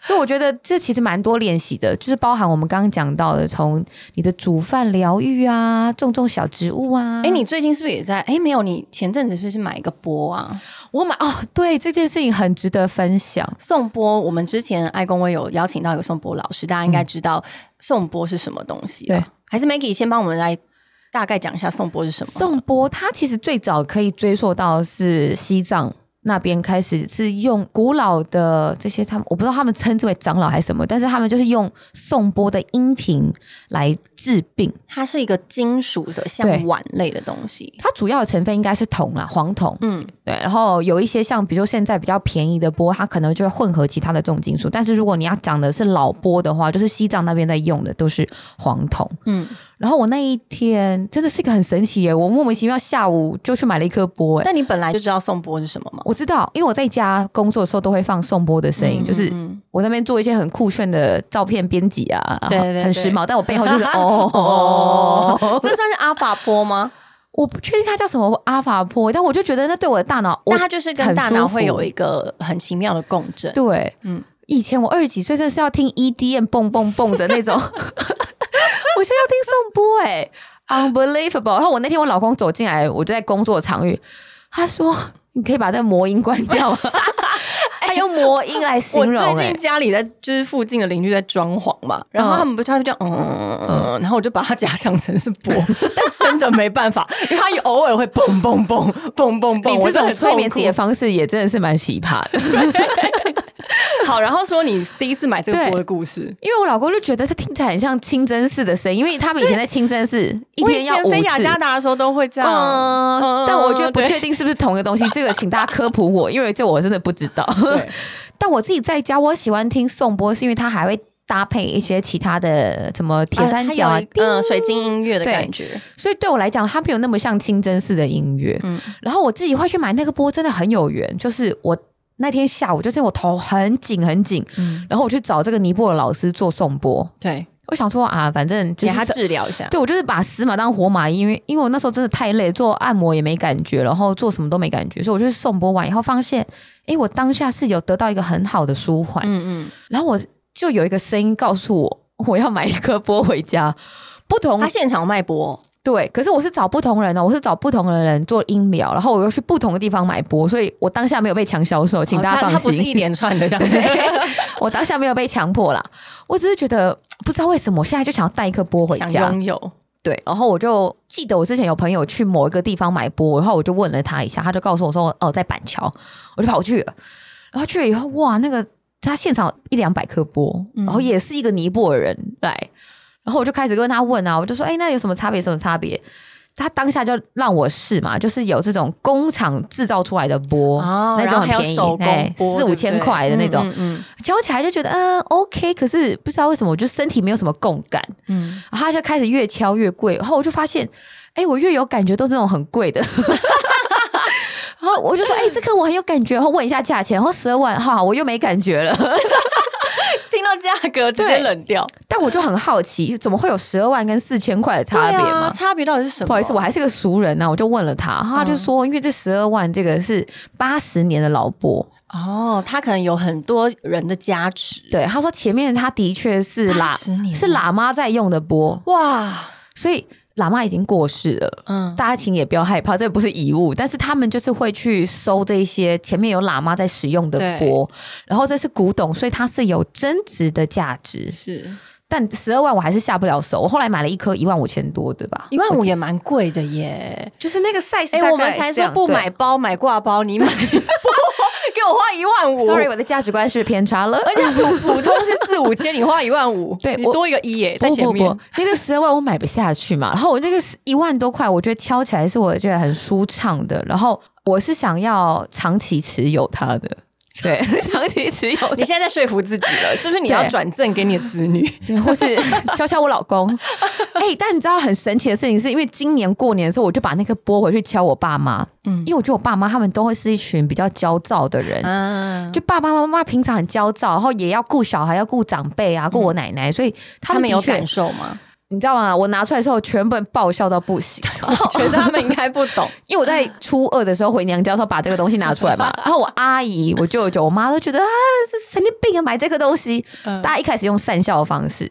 [SPEAKER 2] 所以我觉得这其实蛮多练习的，就是包含我们刚刚讲到的，从你的煮饭疗愈啊，种种小植物啊。
[SPEAKER 1] 哎，你最近是不是也在？哎，没有，你前阵子是不是买一个波啊？
[SPEAKER 2] 我买哦，对这件事情很值得分享。
[SPEAKER 1] 颂钵，我们之前爱公微有邀请到一个颂钵老师，大家应该知道颂钵是什么东西吧。
[SPEAKER 2] 对
[SPEAKER 1] 还是 Maggie 先帮我们来大概讲一下颂钵是什么？
[SPEAKER 2] 颂钵它其实最早可以追溯到是西藏。那边开始是用古老的这些，他们我不知道他们称之为长老还是什么，但是他们就是用颂钵的音频来治病。
[SPEAKER 1] 它是一个金属的，像
[SPEAKER 2] 对
[SPEAKER 1] 碗类的东西。
[SPEAKER 2] 它主要的成分应该是铜啦，黄铜。
[SPEAKER 1] 嗯，
[SPEAKER 2] 对，然后有一些像比如说现在比较便宜的钵，它可能就会混合其他的重金属。但是如果你要讲的是老钵的话，就是西藏那边在用的都是黄铜。
[SPEAKER 1] 嗯，
[SPEAKER 2] 然后我那一天真的是一个很神奇耶，我莫名其妙下午就去买了一颗钵，哎，
[SPEAKER 1] 但你本来就知道颂钵是什么吗？
[SPEAKER 2] 我知道，因为我在家工作的时候都会放颂钵的声音，就是
[SPEAKER 1] 嗯嗯
[SPEAKER 2] 我那边做一些很酷炫的照片编辑啊，
[SPEAKER 1] 对对对
[SPEAKER 2] 很时髦，但我背后就是
[SPEAKER 1] 哦
[SPEAKER 2] 哦。哦，
[SPEAKER 1] 这算是阿法波吗？
[SPEAKER 2] 我不确定它叫什么阿法波，但我就觉得那对我的大脑，我
[SPEAKER 1] 但它就是跟
[SPEAKER 2] 很
[SPEAKER 1] 大
[SPEAKER 2] 舒
[SPEAKER 1] 脑会
[SPEAKER 2] 服
[SPEAKER 1] 有一个很奇妙的共振。
[SPEAKER 2] 对，
[SPEAKER 1] 嗯
[SPEAKER 2] 嗯，以前我二十几岁真的是要听 EDM 蹦蹦蹦的那种， 我现在要听颂钵哎，unbelievable。然后我那天我老公走进来，我就在工作场域，他说：“你可以把这个魔音关掉吗？” 他用魔音来形
[SPEAKER 1] 我
[SPEAKER 2] 容哎、
[SPEAKER 1] 最近家里在就是附近的邻居在装潢嘛，然后他们不他就这样欸嗯嗯嗯嗯，然后我就把它假想成是波， 但真的没办法，因为它偶尔会蹦蹦蹦蹦蹦蹦，
[SPEAKER 2] 你
[SPEAKER 1] 我
[SPEAKER 2] 这
[SPEAKER 1] 真的
[SPEAKER 2] 种
[SPEAKER 1] 很
[SPEAKER 2] 催眠自己的
[SPEAKER 1] 痛
[SPEAKER 2] 方式也真的是蛮奇葩的，
[SPEAKER 1] 苦。好，然后说你第一次买这个波的故事，
[SPEAKER 2] 因为我老公就觉得他听起来很像清真寺的声音，因为他们以前在清真寺一
[SPEAKER 1] 我
[SPEAKER 2] 天
[SPEAKER 1] 以
[SPEAKER 2] 要
[SPEAKER 1] 前
[SPEAKER 2] 五
[SPEAKER 1] 飞雅
[SPEAKER 2] 次。
[SPEAKER 1] 加达的时候都会这样，
[SPEAKER 2] 嗯
[SPEAKER 1] 嗯，
[SPEAKER 2] 但我觉得不
[SPEAKER 1] 对
[SPEAKER 2] 确定是不是同一个东西，这个请大家科普我，因为这我真的不知道。
[SPEAKER 1] 对， 啊
[SPEAKER 2] 但我自己在家，我喜欢听颂钵，是因为它还会搭配一些其他的什么铁三角啊，叮
[SPEAKER 1] 嗯，水晶音乐的
[SPEAKER 2] 对
[SPEAKER 1] 感觉，
[SPEAKER 2] 所以对我来讲，它没有那么像清真寺的音乐。
[SPEAKER 1] 嗯
[SPEAKER 2] 然后我自己会去买那个钵，真的很有缘。就是我那天下午，就是我头很紧很紧，
[SPEAKER 1] 嗯，
[SPEAKER 2] 然后我去找这个尼泊尔老师做颂钵。
[SPEAKER 1] 对，
[SPEAKER 2] 我想说啊，反正就
[SPEAKER 1] 给
[SPEAKER 2] 是
[SPEAKER 1] 他治疗一下，
[SPEAKER 2] 对我就是把死马当活马医，因为因为我那时候真的太累，做按摩也没感觉，然后做什么都没感觉，所以我就是送播完以后发现，诶，我当下是有得到一个很好的舒缓，
[SPEAKER 1] 嗯嗯。
[SPEAKER 2] 然后我就有一个声音告诉我，我要买一颗波回家。不同
[SPEAKER 1] 他现场卖波，哦
[SPEAKER 2] 对，可是我是找不同人哦，我是找不同的人做音疗，然后我又去不同的地方买波，所以我当下没有被强销售，请大家
[SPEAKER 1] 哦
[SPEAKER 2] 放
[SPEAKER 1] 他
[SPEAKER 2] 心。
[SPEAKER 1] 他不是一连串 的这样
[SPEAKER 2] 对， 我当下没有被强迫啦，我只是觉得不知道为什么，我现在就想要带一颗波回
[SPEAKER 1] 想
[SPEAKER 2] 家。
[SPEAKER 1] 拥有，
[SPEAKER 2] 对，然后我就记得我之前有朋友去某一个地方买波，然后我就问了他一下，他就告诉我说：“哦，在板桥。”我就跑去了，然后去了以后，哇，那个他现场有一两百颗波，
[SPEAKER 1] 嗯
[SPEAKER 2] 然后也是一个尼泊尔人来，然后我就开始跟他问啊，我就说：“哎，那有什么差别？什么差别？”他当下就让我试嘛，就是有这种工厂制造出来的波，
[SPEAKER 1] 哦
[SPEAKER 2] 那
[SPEAKER 1] 然
[SPEAKER 2] 种
[SPEAKER 1] 后还
[SPEAKER 2] 很
[SPEAKER 1] 有
[SPEAKER 2] 便宜哎
[SPEAKER 1] 手，工波
[SPEAKER 2] 四
[SPEAKER 1] 对
[SPEAKER 2] 五
[SPEAKER 1] 不
[SPEAKER 2] 千
[SPEAKER 1] 对
[SPEAKER 2] 块的那种，
[SPEAKER 1] 嗯嗯
[SPEAKER 2] 敲起来就觉得嗯 OK，可是不知道为什么，我就身体没有什么共感。
[SPEAKER 1] 嗯，
[SPEAKER 2] 然后他就开始越敲越贵，然后我就发现，哎、我越有感觉都是那种很贵的。 然后我就说，哎、这个我很有感觉，然后问一下价钱，然后十二万，哈，我又没感觉了。
[SPEAKER 1] 听到价格直接
[SPEAKER 2] 对
[SPEAKER 1] 冷掉，
[SPEAKER 2] 但我就很好奇，怎么会有十二万跟四千块的差别
[SPEAKER 1] 对啊
[SPEAKER 2] 嘛？
[SPEAKER 1] 差别到底是什么？
[SPEAKER 2] 不好意思，我还是个俗人呐、啊我就问了他，然后他就说，因为这十二万这个是八十年的老波，
[SPEAKER 1] 哦，他可能有很多人的加持，
[SPEAKER 2] 对，他说前面他的确是喇
[SPEAKER 1] 80年
[SPEAKER 2] 是喇嘛在用的波，
[SPEAKER 1] 哇，
[SPEAKER 2] 所以喇嘛已经过世了，
[SPEAKER 1] 嗯，
[SPEAKER 2] 大家请也不要害怕，这不是遗物，但是他们就是会去收这些前面有喇嘛在使用的钵，然后这是古董，所以它是有增值的价值。
[SPEAKER 1] 是
[SPEAKER 2] 但十二万我还是下不了手，我后来买了一颗一万五千多，对吧？哎
[SPEAKER 1] 一万五也蛮贵的耶。
[SPEAKER 2] 就是那个 size，
[SPEAKER 1] 哎、我们才说不买包买挂包，你买 给我花一一万五
[SPEAKER 2] Sorry，我的价值观是偏差了。
[SPEAKER 1] 而且普普通是四五千，你花一万五，
[SPEAKER 2] 对
[SPEAKER 1] 你
[SPEAKER 2] 我
[SPEAKER 1] 多一个一耶， 在
[SPEAKER 2] 不
[SPEAKER 1] 前
[SPEAKER 2] 不
[SPEAKER 1] 面。
[SPEAKER 2] 哦不，那个十二万我买不下去嘛，然后我那个一万多块，我觉得挑起来是我觉得很舒畅的，然后我是想要长期持有它的， 对，长期持有它
[SPEAKER 1] 你现在在说服自己了，是不是你要
[SPEAKER 2] 对
[SPEAKER 1] 转赠给你的子 女？
[SPEAKER 2] 对，或是敲敲我 老公。哎、但你知道很神奇的事情是，因为今年过年的时候，我就把那个拨回去敲我爸妈，
[SPEAKER 1] 嗯
[SPEAKER 2] 因为我觉得我爸妈他们都会是一群比较焦躁的人。
[SPEAKER 1] 啊，
[SPEAKER 2] 就爸爸妈妈平常很焦躁，然后也要顾小孩，要顾长辈啊，
[SPEAKER 1] 嗯
[SPEAKER 2] 顾我奶奶，所以他们的确，
[SPEAKER 1] 受吗？
[SPEAKER 2] 你知道吗？我拿出来的时候，全本爆笑到不行。
[SPEAKER 1] 我觉得他们应该不 懂。
[SPEAKER 2] 因为我
[SPEAKER 1] 啊
[SPEAKER 2] 在初二的时候回娘家的时候把这个东西拿出来 嘛，然后我阿姨、我舅舅、我妈都觉得啊，这神经病啊，买这个东西。
[SPEAKER 1] 嗯
[SPEAKER 2] 大家一开始用善笑的方式，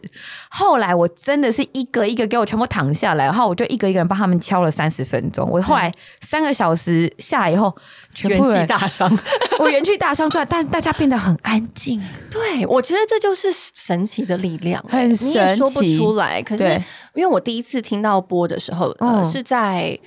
[SPEAKER 2] 后来我真的是一个一个给我全部躺下来，然后我就一个一个人帮他们敲了三十分钟。我后
[SPEAKER 1] 嗯
[SPEAKER 2] 来三个小时下来以后，全
[SPEAKER 1] 元
[SPEAKER 2] 部
[SPEAKER 1] 气
[SPEAKER 2] 人
[SPEAKER 1] 大伤，
[SPEAKER 2] 我元气大伤出来，但大家变得很安静。
[SPEAKER 1] 对我觉得这就是神奇的力量、
[SPEAKER 2] 很
[SPEAKER 1] 哎你也
[SPEAKER 2] 神
[SPEAKER 1] 说不
[SPEAKER 2] 奇
[SPEAKER 1] 出来。可是
[SPEAKER 2] 对
[SPEAKER 1] 因为我第一次听到播的时候，呃，
[SPEAKER 2] 嗯
[SPEAKER 1] 是在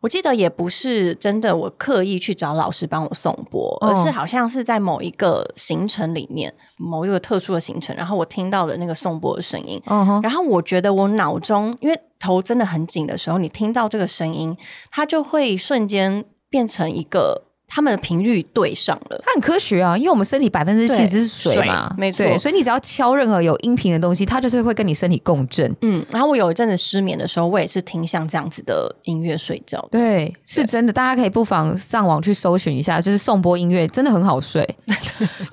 [SPEAKER 1] 我记得也不是真的，我刻意去找老师帮我送播，
[SPEAKER 2] 嗯
[SPEAKER 1] 而是好像是在某一个行程里面，某一个特殊的行程，然后我听到了那个送播的声音，
[SPEAKER 2] 嗯哼，
[SPEAKER 1] 然后我觉得我脑中，因为头真的很紧的时候，你听到这个声音，它就会瞬间变成一个他们的频率对上了。
[SPEAKER 2] 它很科学啊，因为我们身体百分之七十是水嘛
[SPEAKER 1] 水，没错
[SPEAKER 2] 对所以你只要敲任何有音频的东西，它就是会跟你身体共振。
[SPEAKER 1] 嗯，然后我有一阵子失眠的时候，我也是听像这样子的音乐睡觉的。
[SPEAKER 2] 对，是真的，大家可以不妨上网去搜寻一下，就是颂钵音乐真的很好睡。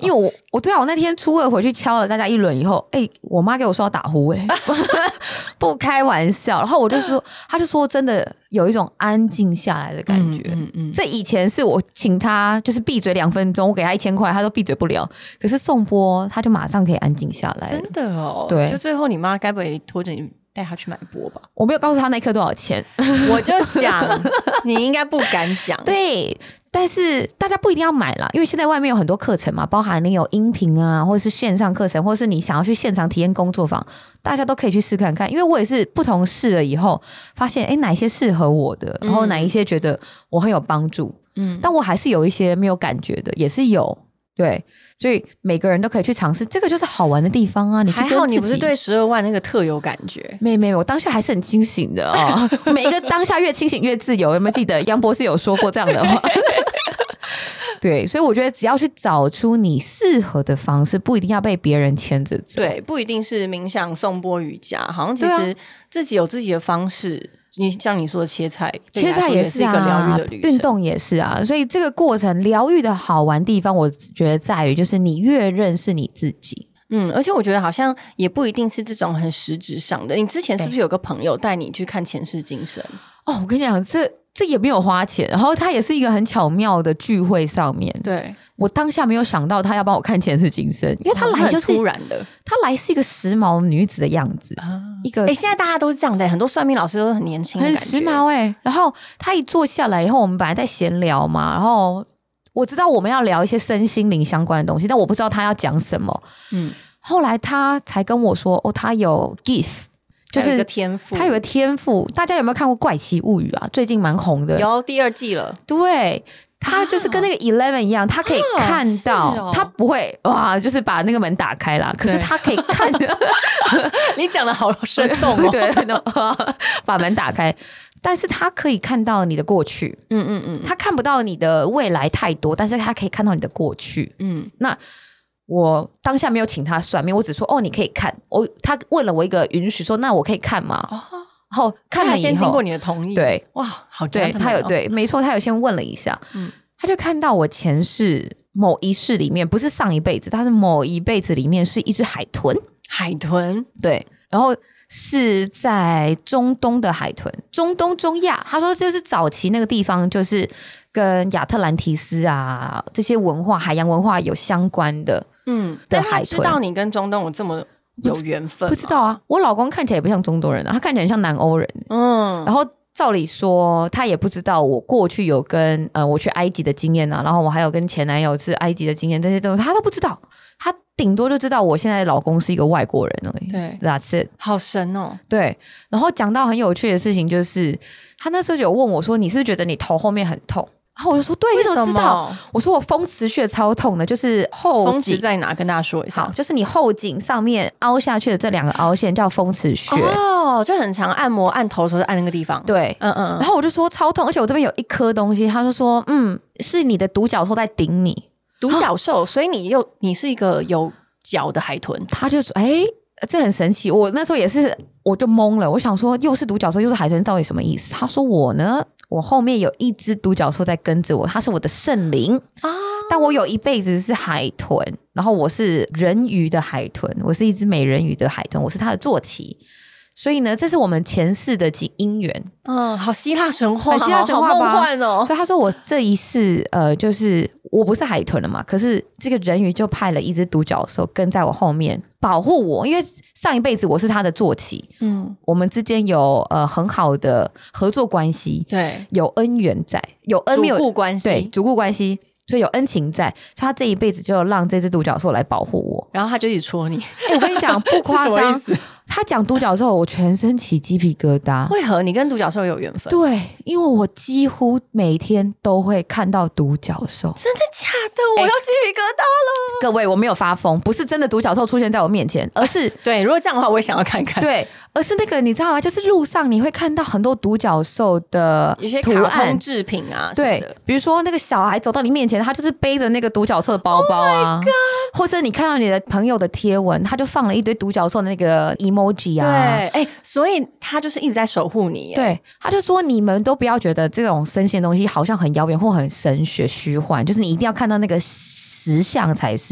[SPEAKER 2] 因为我我对啊，我那天初二回去敲了大家一轮以后，哎、我妈给我说要打呼、哎， 不开玩笑。然后我就说，她就说真的有一种安静下来的感觉。
[SPEAKER 1] 嗯嗯，
[SPEAKER 2] 这以前是我请她就是闭嘴两分钟，我给她一千块，她都闭嘴不了。可是颂钵，她就马上可以安静下来了。
[SPEAKER 1] 真的哦。
[SPEAKER 2] 对
[SPEAKER 1] 就最后你妈该不会拖着你带她去买波吧？
[SPEAKER 2] 我没有告诉她那一刻多少钱，
[SPEAKER 1] 我就想，你应该不敢 讲。，
[SPEAKER 2] 对，但是大家不一定要买啦，因为现在外面有很多课程嘛，包含你有音频啊，或者是线上课程，或者是你想要去现场体验工作坊，大家都可以去试看看。因为我也是不同试了以后，发现诶哪一些适合我的，然后哪一些觉得我很有帮助，
[SPEAKER 1] 嗯，
[SPEAKER 2] 但我还是有一些没有感觉的，也是有。对，所以每个人都可以去尝试，这个就是好玩的地方啊！你去
[SPEAKER 1] 还
[SPEAKER 2] 跟
[SPEAKER 1] 好你
[SPEAKER 2] 自
[SPEAKER 1] 不是
[SPEAKER 2] 己
[SPEAKER 1] 对十二万那个特有感觉。
[SPEAKER 2] 没没，我当下还是很清醒的哦。 每一个当下越清醒越自由，有没有记得杨博士有说过这样的 话？对，所以我觉得只要去找出你适合的方式，不一定要被别人牵着走。
[SPEAKER 1] 对，不一定是冥想、颂钵、瑜伽，好像其
[SPEAKER 2] 对啊
[SPEAKER 1] 实自己有自己的方式。你像你说的切菜，对你
[SPEAKER 2] 切
[SPEAKER 1] 来
[SPEAKER 2] 菜
[SPEAKER 1] 说
[SPEAKER 2] 也
[SPEAKER 1] 是
[SPEAKER 2] 是
[SPEAKER 1] 一个疗
[SPEAKER 2] 啊
[SPEAKER 1] 愈的，旅程。
[SPEAKER 2] 运动也是啊，所以这个过程疗愈的好玩地方，我觉得在于就是你越认识你自己，
[SPEAKER 1] 嗯，而且我觉得好像也不一定是这种很实质上的。你之前是不是有个朋友带你去看前世今生？
[SPEAKER 2] 哦，我跟你讲，这这也没有花钱，然后它也是一个很巧妙的聚会上面。
[SPEAKER 1] 对，
[SPEAKER 2] 我当下没有想到他要帮我看前世今生，因为他来就是
[SPEAKER 1] 很突然的。
[SPEAKER 2] 她来是一个时髦女子的样子，一个
[SPEAKER 1] 哎、现在大家都是这样的、很多算命老师都是很欸年轻的
[SPEAKER 2] 呃很
[SPEAKER 1] 感觉，
[SPEAKER 2] 时髦哎、然后她一坐下来以后，我们本来在闲聊嘛，然后我知道我们要聊一些身心灵相关的东西，但我不知道她要讲什么。
[SPEAKER 1] 嗯，
[SPEAKER 2] 后来她才跟我说，哦，她有 gift，就
[SPEAKER 1] 还有一
[SPEAKER 2] 是
[SPEAKER 1] 个天赋，
[SPEAKER 2] 她有个天赋。大家有没有看过《怪奇物语》啊？最近蛮红的。
[SPEAKER 1] 有第二季 了，
[SPEAKER 2] 对。她就是跟那个 Eleven 一样，她可以
[SPEAKER 1] 啊
[SPEAKER 2] 看
[SPEAKER 1] 是哦
[SPEAKER 2] 到，她不会哇，就是把那个门打开啦。可是
[SPEAKER 1] 对
[SPEAKER 2] 她可以看，
[SPEAKER 1] 你讲的好生动 哦。
[SPEAKER 2] 对，那把门打开。但是他可以看到你的过去，
[SPEAKER 1] 嗯嗯嗯
[SPEAKER 2] 他看不到你的未来太多，但是他可以看到你的过去。
[SPEAKER 1] 嗯，
[SPEAKER 2] 我当下没有请他算命，我只说哦，你可以看。我他问了我一个允许，说那我可以看吗？
[SPEAKER 1] 哦，
[SPEAKER 2] 然后看
[SPEAKER 1] 他
[SPEAKER 2] 了以
[SPEAKER 1] 先经
[SPEAKER 2] 后
[SPEAKER 1] 过，你的同意，，
[SPEAKER 2] 对
[SPEAKER 1] 哇，好
[SPEAKER 2] 对，
[SPEAKER 1] gentleman 哦，
[SPEAKER 2] 他有对，没错，他有先问了一下，
[SPEAKER 1] 嗯
[SPEAKER 2] 他就看到我前世某一世里面，不是上一辈子，他是某一辈子里面是一只海豚。
[SPEAKER 1] 海豚，
[SPEAKER 2] 对，然后是在中东的海豚，中东中亚。他说就是早期那个地方，就是跟亚特兰提斯啊这些文化、海洋文化有相关的。
[SPEAKER 1] 嗯，
[SPEAKER 2] 的
[SPEAKER 1] 但他
[SPEAKER 2] 海
[SPEAKER 1] 知
[SPEAKER 2] 豚
[SPEAKER 1] 道你跟中东有这么有缘分，
[SPEAKER 2] 不知，道啊，我老公看起来也不像中东人啊，他看起来很像南欧人。
[SPEAKER 1] 嗯，
[SPEAKER 2] 然后照理说，他也不知道我过去有跟呃我去埃及的经验啊，然后我还有跟前男友是埃及的经验，这些东西他都不知道。他顶多就知道我现在的老公是一个外国人而已。
[SPEAKER 1] 对
[SPEAKER 2] ，That's it。
[SPEAKER 1] 好神哦，
[SPEAKER 2] 对，然后讲到很有趣的事情，就是他那时候有问我说：“你是不是觉得你头后面很痛？”然后我就说：“对，你怎么知道？”？我说：“我风池穴超痛的，就是后
[SPEAKER 1] 风池
[SPEAKER 2] 颈。
[SPEAKER 1] 在哪？跟大家说一下
[SPEAKER 2] 好，。就是你后颈上面凹下去的这两个凹陷叫风池穴。
[SPEAKER 1] 哦，就很常按摩按头的时候就按那个地方。，
[SPEAKER 2] 对，
[SPEAKER 1] 嗯嗯
[SPEAKER 2] 然后我就说超痛，而且我这边有一颗东西，他就说：“嗯，是你的独角兽在顶你。”
[SPEAKER 1] 独角兽，所以你又你是一个有脚的海豚，
[SPEAKER 2] 他就说：“哎、这很神奇。”我那时候也是，我就懵了，我想说，又是独角兽，又是海豚，到底什么意思？他说：“我呢，我后面有一只独角兽在跟着我，它是我的圣灵
[SPEAKER 1] 啊
[SPEAKER 2] 啊。但我有一辈子是海豚，然后我是人鱼的海豚，我是一只美人鱼的海豚，我是它的坐骑。”所以呢，这是我们前世的几因缘。
[SPEAKER 1] 嗯，好希腊神话，
[SPEAKER 2] 很希腊神话吧
[SPEAKER 1] 好梦幻哦。
[SPEAKER 2] 所以他说我这一世，呃，就是我不是海豚了嘛，可是这个人鱼就派了一只独角兽跟在我后面保护我，因为上一辈子我是他的坐骑，
[SPEAKER 1] 嗯，
[SPEAKER 2] 我们之间有呃很好的合作关系，
[SPEAKER 1] 对，
[SPEAKER 2] 有恩缘在，有恩没
[SPEAKER 1] 主
[SPEAKER 2] 有
[SPEAKER 1] 顾关
[SPEAKER 2] 对
[SPEAKER 1] 系。
[SPEAKER 2] 主顾关系，所以有恩情在，所以他这一辈子就让这只独角兽来保护我。
[SPEAKER 1] 然后他就一直戳你，
[SPEAKER 2] 哎、我跟你讲， 不夸
[SPEAKER 1] 是什么意
[SPEAKER 2] 张，他讲独角兽，我全身起鸡皮疙瘩。
[SPEAKER 1] 为何你跟独角兽有缘分？
[SPEAKER 2] 对，因为我几乎每天都会看到独角兽。
[SPEAKER 1] 真的假的？我要鸡皮疙瘩。
[SPEAKER 2] 各位，我没有发疯，不是真的独角兽出现在我面前，而 是
[SPEAKER 1] 对，如果这样的话，我也想要看看。，
[SPEAKER 2] 对，而是那个你知道吗？就是路上你会看到很多独角兽的
[SPEAKER 1] 有些
[SPEAKER 2] 图
[SPEAKER 1] 卡
[SPEAKER 2] 案
[SPEAKER 1] 通。制品啊，
[SPEAKER 2] 对，比如说那个小孩走到你面前，他就是背着那个独角兽的包包啊或者你看到你的朋友的贴文，他就放了一堆独角兽的那个 emoji
[SPEAKER 1] 对，
[SPEAKER 2] 啊，
[SPEAKER 1] 哎，所以他就是一直在守护你。，
[SPEAKER 2] 对，他就说你们都不要觉得这种深陷的东西好像很遥远或很神学虚幻，就是你一定要看到那个实像才是。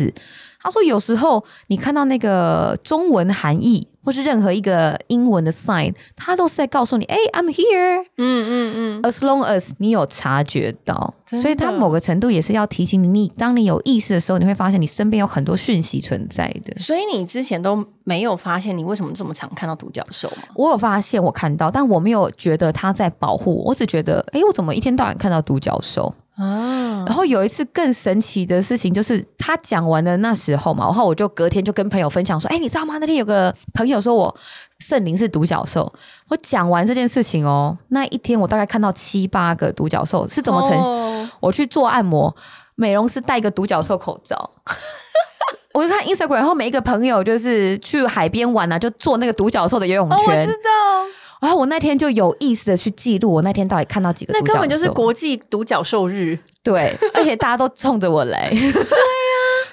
[SPEAKER 2] 他说有时候你看到那个中文含义或是任何一个英文的 sign，他都是在告诉你，哎、i m here
[SPEAKER 1] 嗯嗯嗯，
[SPEAKER 2] as long as 你有察觉到，
[SPEAKER 1] 真的
[SPEAKER 2] 所以他某个程度也是要提醒你，你当你有意识的时候，你会发现你身边有很多讯息存在的。
[SPEAKER 1] 所以你之前都没有发现，你为什么这么常看到独角兽吗？
[SPEAKER 2] 我有发现，我看到，但我没有觉得他在保护我，我只觉得，哎、我怎么一天到晚看到独角兽？
[SPEAKER 1] 啊，
[SPEAKER 2] 然后有一次更神奇的事情，就是他讲完的那时候嘛，然后我就隔天就跟朋友分享说：“哎，你知道吗？那天有个朋友说我圣灵是独角兽。”我讲完这件事情哦，那一天我大概看到七八个独角兽是怎么成？
[SPEAKER 1] 哦
[SPEAKER 2] 我去做按摩，美容师戴一个独角兽口罩。 我就看 Instagram，然后每一个朋友就是去海边玩啊，就做那个独角兽的游泳
[SPEAKER 1] 哦，我
[SPEAKER 2] 圈。
[SPEAKER 1] 知道，
[SPEAKER 2] 然后我那天就有意识的去记录，我那天到底看到几个独
[SPEAKER 1] 那
[SPEAKER 2] 角
[SPEAKER 1] 根
[SPEAKER 2] 兽。
[SPEAKER 1] 本就是国际独角兽日，
[SPEAKER 2] 对，而且大家都冲着我 来。对呀、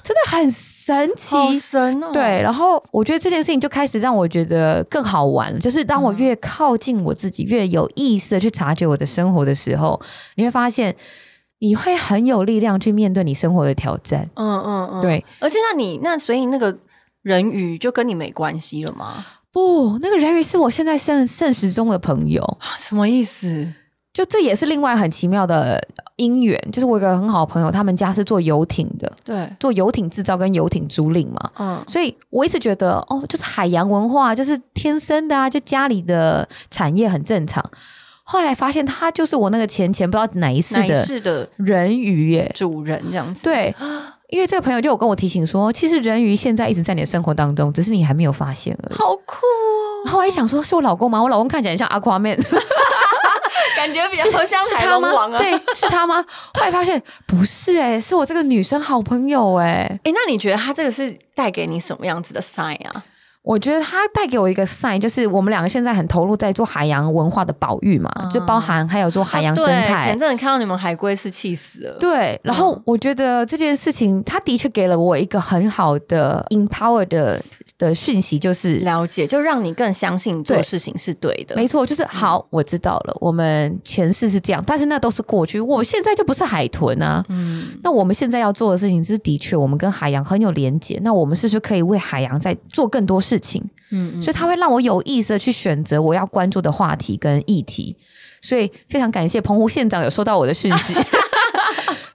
[SPEAKER 2] 真的很神奇。
[SPEAKER 1] 啊神哦
[SPEAKER 2] 对，，然后我觉得这件事情就开始让我觉得更好玩了。就是当我越靠近我自己，越有意识的去察觉我的生活的时候，你会发现你会很有力量去面对你生活的挑战。
[SPEAKER 1] 嗯嗯嗯，。
[SPEAKER 2] 对，
[SPEAKER 1] 而且那你那所以那个人鱼就跟你没关系了吗？
[SPEAKER 2] 不，那个人鱼是我现在现现实中的朋友，
[SPEAKER 1] 啊什么意思？
[SPEAKER 2] 就这也是另外很奇妙的因缘。就是我有一个很好的朋友，他们家是做游艇的，
[SPEAKER 1] 对，
[SPEAKER 2] 做游艇制造跟游艇租赁嘛。
[SPEAKER 1] 嗯，
[SPEAKER 2] 所以我一直觉得，哦，就是海洋文化就是天生的啊，就家里的产业很正常。后来发现他就是我那个前前不知道哪一世
[SPEAKER 1] 哪一
[SPEAKER 2] 的
[SPEAKER 1] 世的
[SPEAKER 2] 人鱼耶，
[SPEAKER 1] 主人这样子？，
[SPEAKER 2] 对，因为这个朋友就有跟我提醒说，其实人鱼现在一直在你的生活当中，只是你还没有发现而已。
[SPEAKER 1] 好酷哦，
[SPEAKER 2] 然后我还想说，是我老公吗？我老公看起来很像阿 夸妹，是
[SPEAKER 1] 感觉比
[SPEAKER 2] 是他吗？
[SPEAKER 1] 啊
[SPEAKER 2] 对，是他吗？后来发现不是、哎，是我这个女生好朋友、哎，
[SPEAKER 1] 哎、那你觉得他这个是带给你什么样子的 sign 啊？
[SPEAKER 2] 我觉得它带给我一个 sign，就是我们两个现在很投入在做海洋文化的保育嘛，
[SPEAKER 1] 嗯
[SPEAKER 2] 就包含还有做海洋
[SPEAKER 1] 啊
[SPEAKER 2] 生
[SPEAKER 1] 对
[SPEAKER 2] 态。
[SPEAKER 1] 前阵嗯子看到你们海龟是气死了，
[SPEAKER 2] 对，然后我觉得这件事情，它的确给了我一个很好的 empower 的的讯息，就是
[SPEAKER 1] 了解，就让你更相信做
[SPEAKER 2] 对
[SPEAKER 1] 事情是对的。
[SPEAKER 2] 没错，就是好，我知道了，我们前世是这样，但是那都是过去，我们现在就不是海豚啊。
[SPEAKER 1] 嗯，
[SPEAKER 2] 那我们现在要做的事情是，的确我们跟海洋很有连结，那我们是不是可以为海洋在做更多事
[SPEAKER 1] 嗯
[SPEAKER 2] 情？
[SPEAKER 1] 嗯，
[SPEAKER 2] 所以它会让我有意识的去选择我要关注的话题跟议题。所以非常感谢澎湖县长有收到我的讯 息。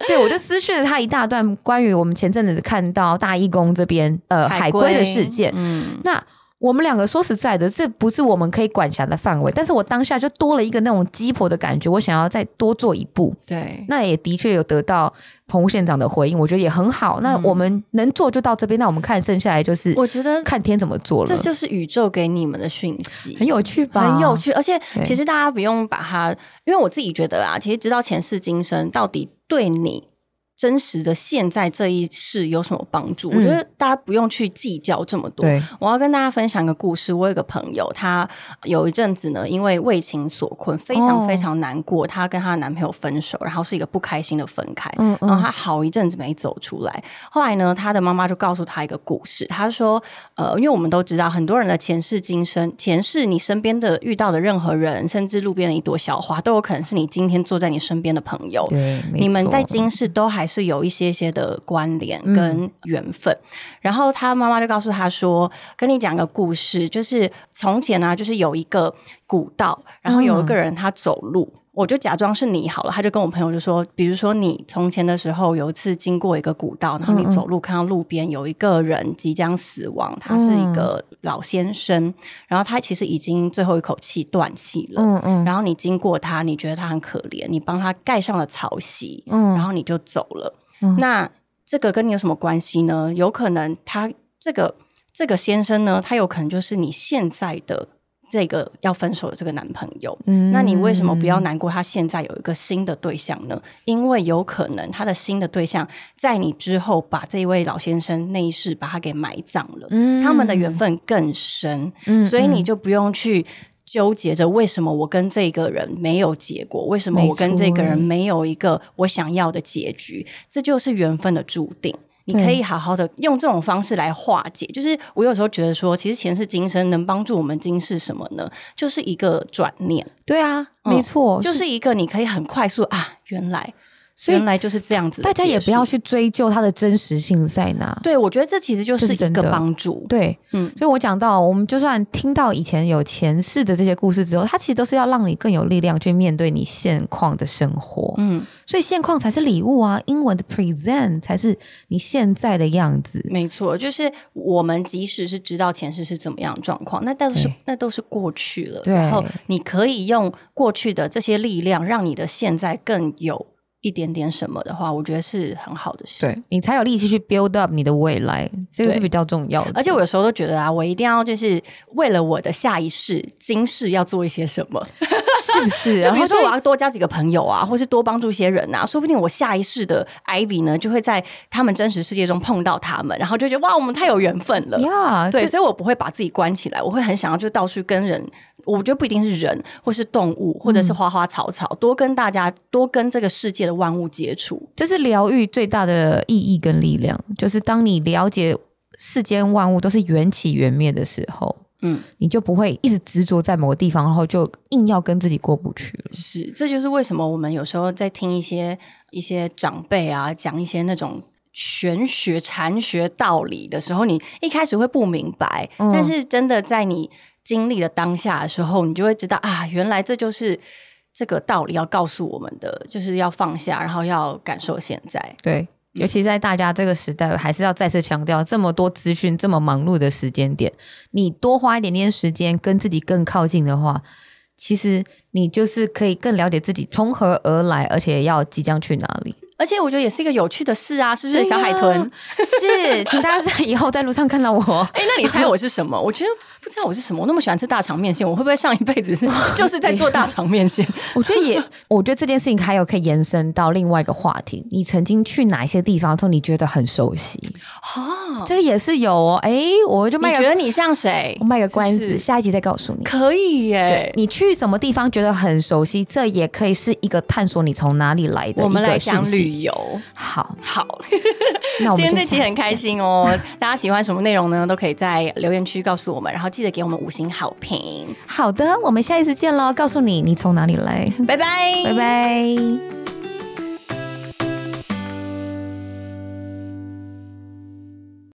[SPEAKER 2] 对，我就私讯了他一大段关于我们前阵子看到大义工这边呃海
[SPEAKER 1] 海
[SPEAKER 2] 龟的事件。
[SPEAKER 1] 嗯
[SPEAKER 2] 那我们两个说实在的，这不是我们可以管辖的范围，但是我当下就多了一个那种鸡婆的感觉，我想要再多做一步。
[SPEAKER 1] 对，
[SPEAKER 2] 那也的确有得到澎湖县长的回应，我觉得也很好。那我们能做就到这边，那我们看剩下来就是
[SPEAKER 1] 嗯我觉得
[SPEAKER 2] 看天怎么做了
[SPEAKER 1] 这，就是宇宙给你们的讯息，
[SPEAKER 2] 很有趣吧？
[SPEAKER 1] 很有，趣，而且
[SPEAKER 2] 对
[SPEAKER 1] 其实大家不用把它，因为我自己觉得啊，其实知道前世今生到底对你真实的现在这一世有什么帮助，
[SPEAKER 2] 嗯
[SPEAKER 1] 我觉得大家不用去计较这么多。
[SPEAKER 2] 对，
[SPEAKER 1] 我要跟大家分享一个故事。我有一个朋友，她有一阵子呢，因为为情所困，非常
[SPEAKER 2] 哦
[SPEAKER 1] 非常难过。她跟她的男朋友分手，然后是一个不开心的分开。
[SPEAKER 2] 嗯
[SPEAKER 1] 然后
[SPEAKER 2] 嗯
[SPEAKER 1] 她好一阵子没走出来。后来呢，她的妈妈就告诉她一个故事，她说：“呃，因为我们都知道，很多人的前世今生，前世你身边的遇到的任何人，甚至路边的一朵小花，都有可能是你今天坐在你身边的朋友。
[SPEAKER 2] 对，没
[SPEAKER 1] 你们
[SPEAKER 2] 错
[SPEAKER 1] 在今世都还是有一些些的关联
[SPEAKER 2] 嗯
[SPEAKER 1] 跟缘分。然后他妈妈就告诉他说：“跟你讲个故事，就是从前啊，就是有一个古道，然后有一个
[SPEAKER 2] 嗯
[SPEAKER 1] 人他走路。我就假装是你好了，他就跟我朋友就说，比如说你从前的时候有一次经过一个古道，然后
[SPEAKER 2] 嗯
[SPEAKER 1] 你走路看到路边有一个人即将死亡，他是
[SPEAKER 2] 嗯
[SPEAKER 1] 一个老先生，然后他其实已经最后一口气断气了，
[SPEAKER 2] 嗯嗯
[SPEAKER 1] 然后你经过他，你觉得他很可怜，你帮他盖上了草席，然
[SPEAKER 2] 嗯
[SPEAKER 1] 后你就走了。
[SPEAKER 2] 嗯
[SPEAKER 1] 那这个跟你有什么关系呢？有可能他这个这个先生呢，他有可能就是你现在的这个要分手的这个男朋友。
[SPEAKER 2] 嗯
[SPEAKER 1] 那你为什么不要难过？他现在有一个新的对象呢？因为有可能他的新的对象在你之后把这一位老先生那一世把他给埋葬了，
[SPEAKER 2] 嗯
[SPEAKER 1] 他们的缘分更深。
[SPEAKER 2] 嗯
[SPEAKER 1] 所以你
[SPEAKER 2] 嗯
[SPEAKER 1] 就不用去纠结着为什么我跟这个人没有结果，为什么
[SPEAKER 2] 没
[SPEAKER 1] 我跟这个人
[SPEAKER 2] 错
[SPEAKER 1] 没有一个我想要的结局，这就是缘分的注定。你
[SPEAKER 2] 对
[SPEAKER 1] 可以好好的用这种方式来化解。就是我有时候觉得说，其实前世今生能帮助我们今世什么呢？就是一个转念，
[SPEAKER 2] 对啊，
[SPEAKER 1] 嗯
[SPEAKER 2] 没错，
[SPEAKER 1] 就是一个你可以很快速啊，原来
[SPEAKER 2] 所以
[SPEAKER 1] 原来就是这样子的
[SPEAKER 2] 大
[SPEAKER 1] 结束。
[SPEAKER 2] 家也不要去追究它的真实性在哪。
[SPEAKER 1] 对，我觉得这其实就是
[SPEAKER 2] 这是
[SPEAKER 1] 一
[SPEAKER 2] 真
[SPEAKER 1] 个
[SPEAKER 2] 的
[SPEAKER 1] 帮助。
[SPEAKER 2] 对，
[SPEAKER 1] 嗯，
[SPEAKER 2] 所以我讲到，我们就算听到以前有前世的这些故事之后，它其实都是要让你更有力量去面对你现况的生活。
[SPEAKER 1] 嗯，
[SPEAKER 2] 所以现况才是礼物啊，英文的 present 才是你现在的样子。
[SPEAKER 1] 没错，就是我们即使是知道前世是怎么样的状况，那都是
[SPEAKER 2] 对
[SPEAKER 1] 那都是过去了。
[SPEAKER 2] 对
[SPEAKER 1] 然后你可以用过去的这些力量，让你的现在更有一点点什么的话，我觉得是很好的事。，
[SPEAKER 2] 你才有力气去 build up 你的未来，这个
[SPEAKER 1] 对
[SPEAKER 2] 是比较重要的。
[SPEAKER 1] 而且我有时候都觉得啊，我一定要就是为了我的下一世、今世要做一些什么。
[SPEAKER 2] 是不是？
[SPEAKER 1] 就
[SPEAKER 2] 然
[SPEAKER 1] 比
[SPEAKER 2] 后
[SPEAKER 1] 如
[SPEAKER 2] 就
[SPEAKER 1] 说，我要多交几个朋友啊，或是多帮助一些人啊，说不定我下一世的 Ivy 呢，就会在他们真实世界中碰到他们，然后就觉得哇，我们太有缘分了。
[SPEAKER 2] 呀，
[SPEAKER 1] 对，
[SPEAKER 2] 呃就
[SPEAKER 1] 所以我不会把自己关起来，我会很想要就到处跟人，我觉得不一定是人，或是动物，或
[SPEAKER 2] 嗯
[SPEAKER 1] 者是花花草草，多跟大家，多跟这个世界的万物接触。
[SPEAKER 2] 这是疗愈最大的意义跟力量，就是当你了解世间万物都是缘起缘灭的时候，
[SPEAKER 1] 嗯，
[SPEAKER 2] 你就不会一直执着在某个地方，然后就硬要跟自己过不去了。
[SPEAKER 1] 是，这就是为什么我们有时候在听一些一些长辈啊讲一些那种。玄学、禅学道理的时候，你一开始会不明白，
[SPEAKER 2] 嗯
[SPEAKER 1] 但是真的在你经历了当下的时候，你就会知道啊，原来这就是这个道理要告诉我们的，就是要放下，然后要感受现在。
[SPEAKER 2] 对，尤其在大家这个时代，还是要再次强调，这么多资讯、这么忙碌的时间点，你多花一点点时间跟自己更靠近的话，其实你就是可以更了解自己从何而来，而且要即将去哪里。
[SPEAKER 1] 而且我觉得也是一个有趣的事啊，是不是小海
[SPEAKER 2] 对
[SPEAKER 1] 豚
[SPEAKER 2] 呀？是，请大家在以后在路上看到我。
[SPEAKER 1] 哎、那你猜我是什么？我觉得不知道我是什么。我那么喜欢吃大肠面线，我会不会上一辈子是 就是在做大肠面 线？
[SPEAKER 2] 我觉得也，我觉得这件事情还有可以延伸到另外一个话题。你曾经去哪一些地方之后，你觉得很熟悉？
[SPEAKER 1] 哦，
[SPEAKER 2] 这个也是有哦。哎，我就
[SPEAKER 1] 你
[SPEAKER 2] 卖
[SPEAKER 1] 觉
[SPEAKER 2] 个
[SPEAKER 1] 得你像谁
[SPEAKER 2] 我？卖个关子，
[SPEAKER 1] 是不是
[SPEAKER 2] 下一集再告诉你。
[SPEAKER 1] 可以
[SPEAKER 2] 对
[SPEAKER 1] 耶！
[SPEAKER 2] 你去什么地方觉得很熟悉，这也可以是一个探索你从哪里来的
[SPEAKER 1] 我们
[SPEAKER 2] 一
[SPEAKER 1] 来
[SPEAKER 2] 个
[SPEAKER 1] 讲
[SPEAKER 2] 讯息。
[SPEAKER 1] 旅游。
[SPEAKER 2] 好，
[SPEAKER 1] 好，
[SPEAKER 2] 那我
[SPEAKER 1] 今天
[SPEAKER 2] 们就
[SPEAKER 1] 这集
[SPEAKER 2] 下次
[SPEAKER 1] 很开
[SPEAKER 2] 见。
[SPEAKER 1] 心哦。 大家喜欢什么内容呢？都可以在留言区告诉我们，然后记得给我们五星好评。
[SPEAKER 2] 好的，我们下一次见喽！告诉你你从哪里来，
[SPEAKER 1] 嗯拜拜，
[SPEAKER 2] 拜拜。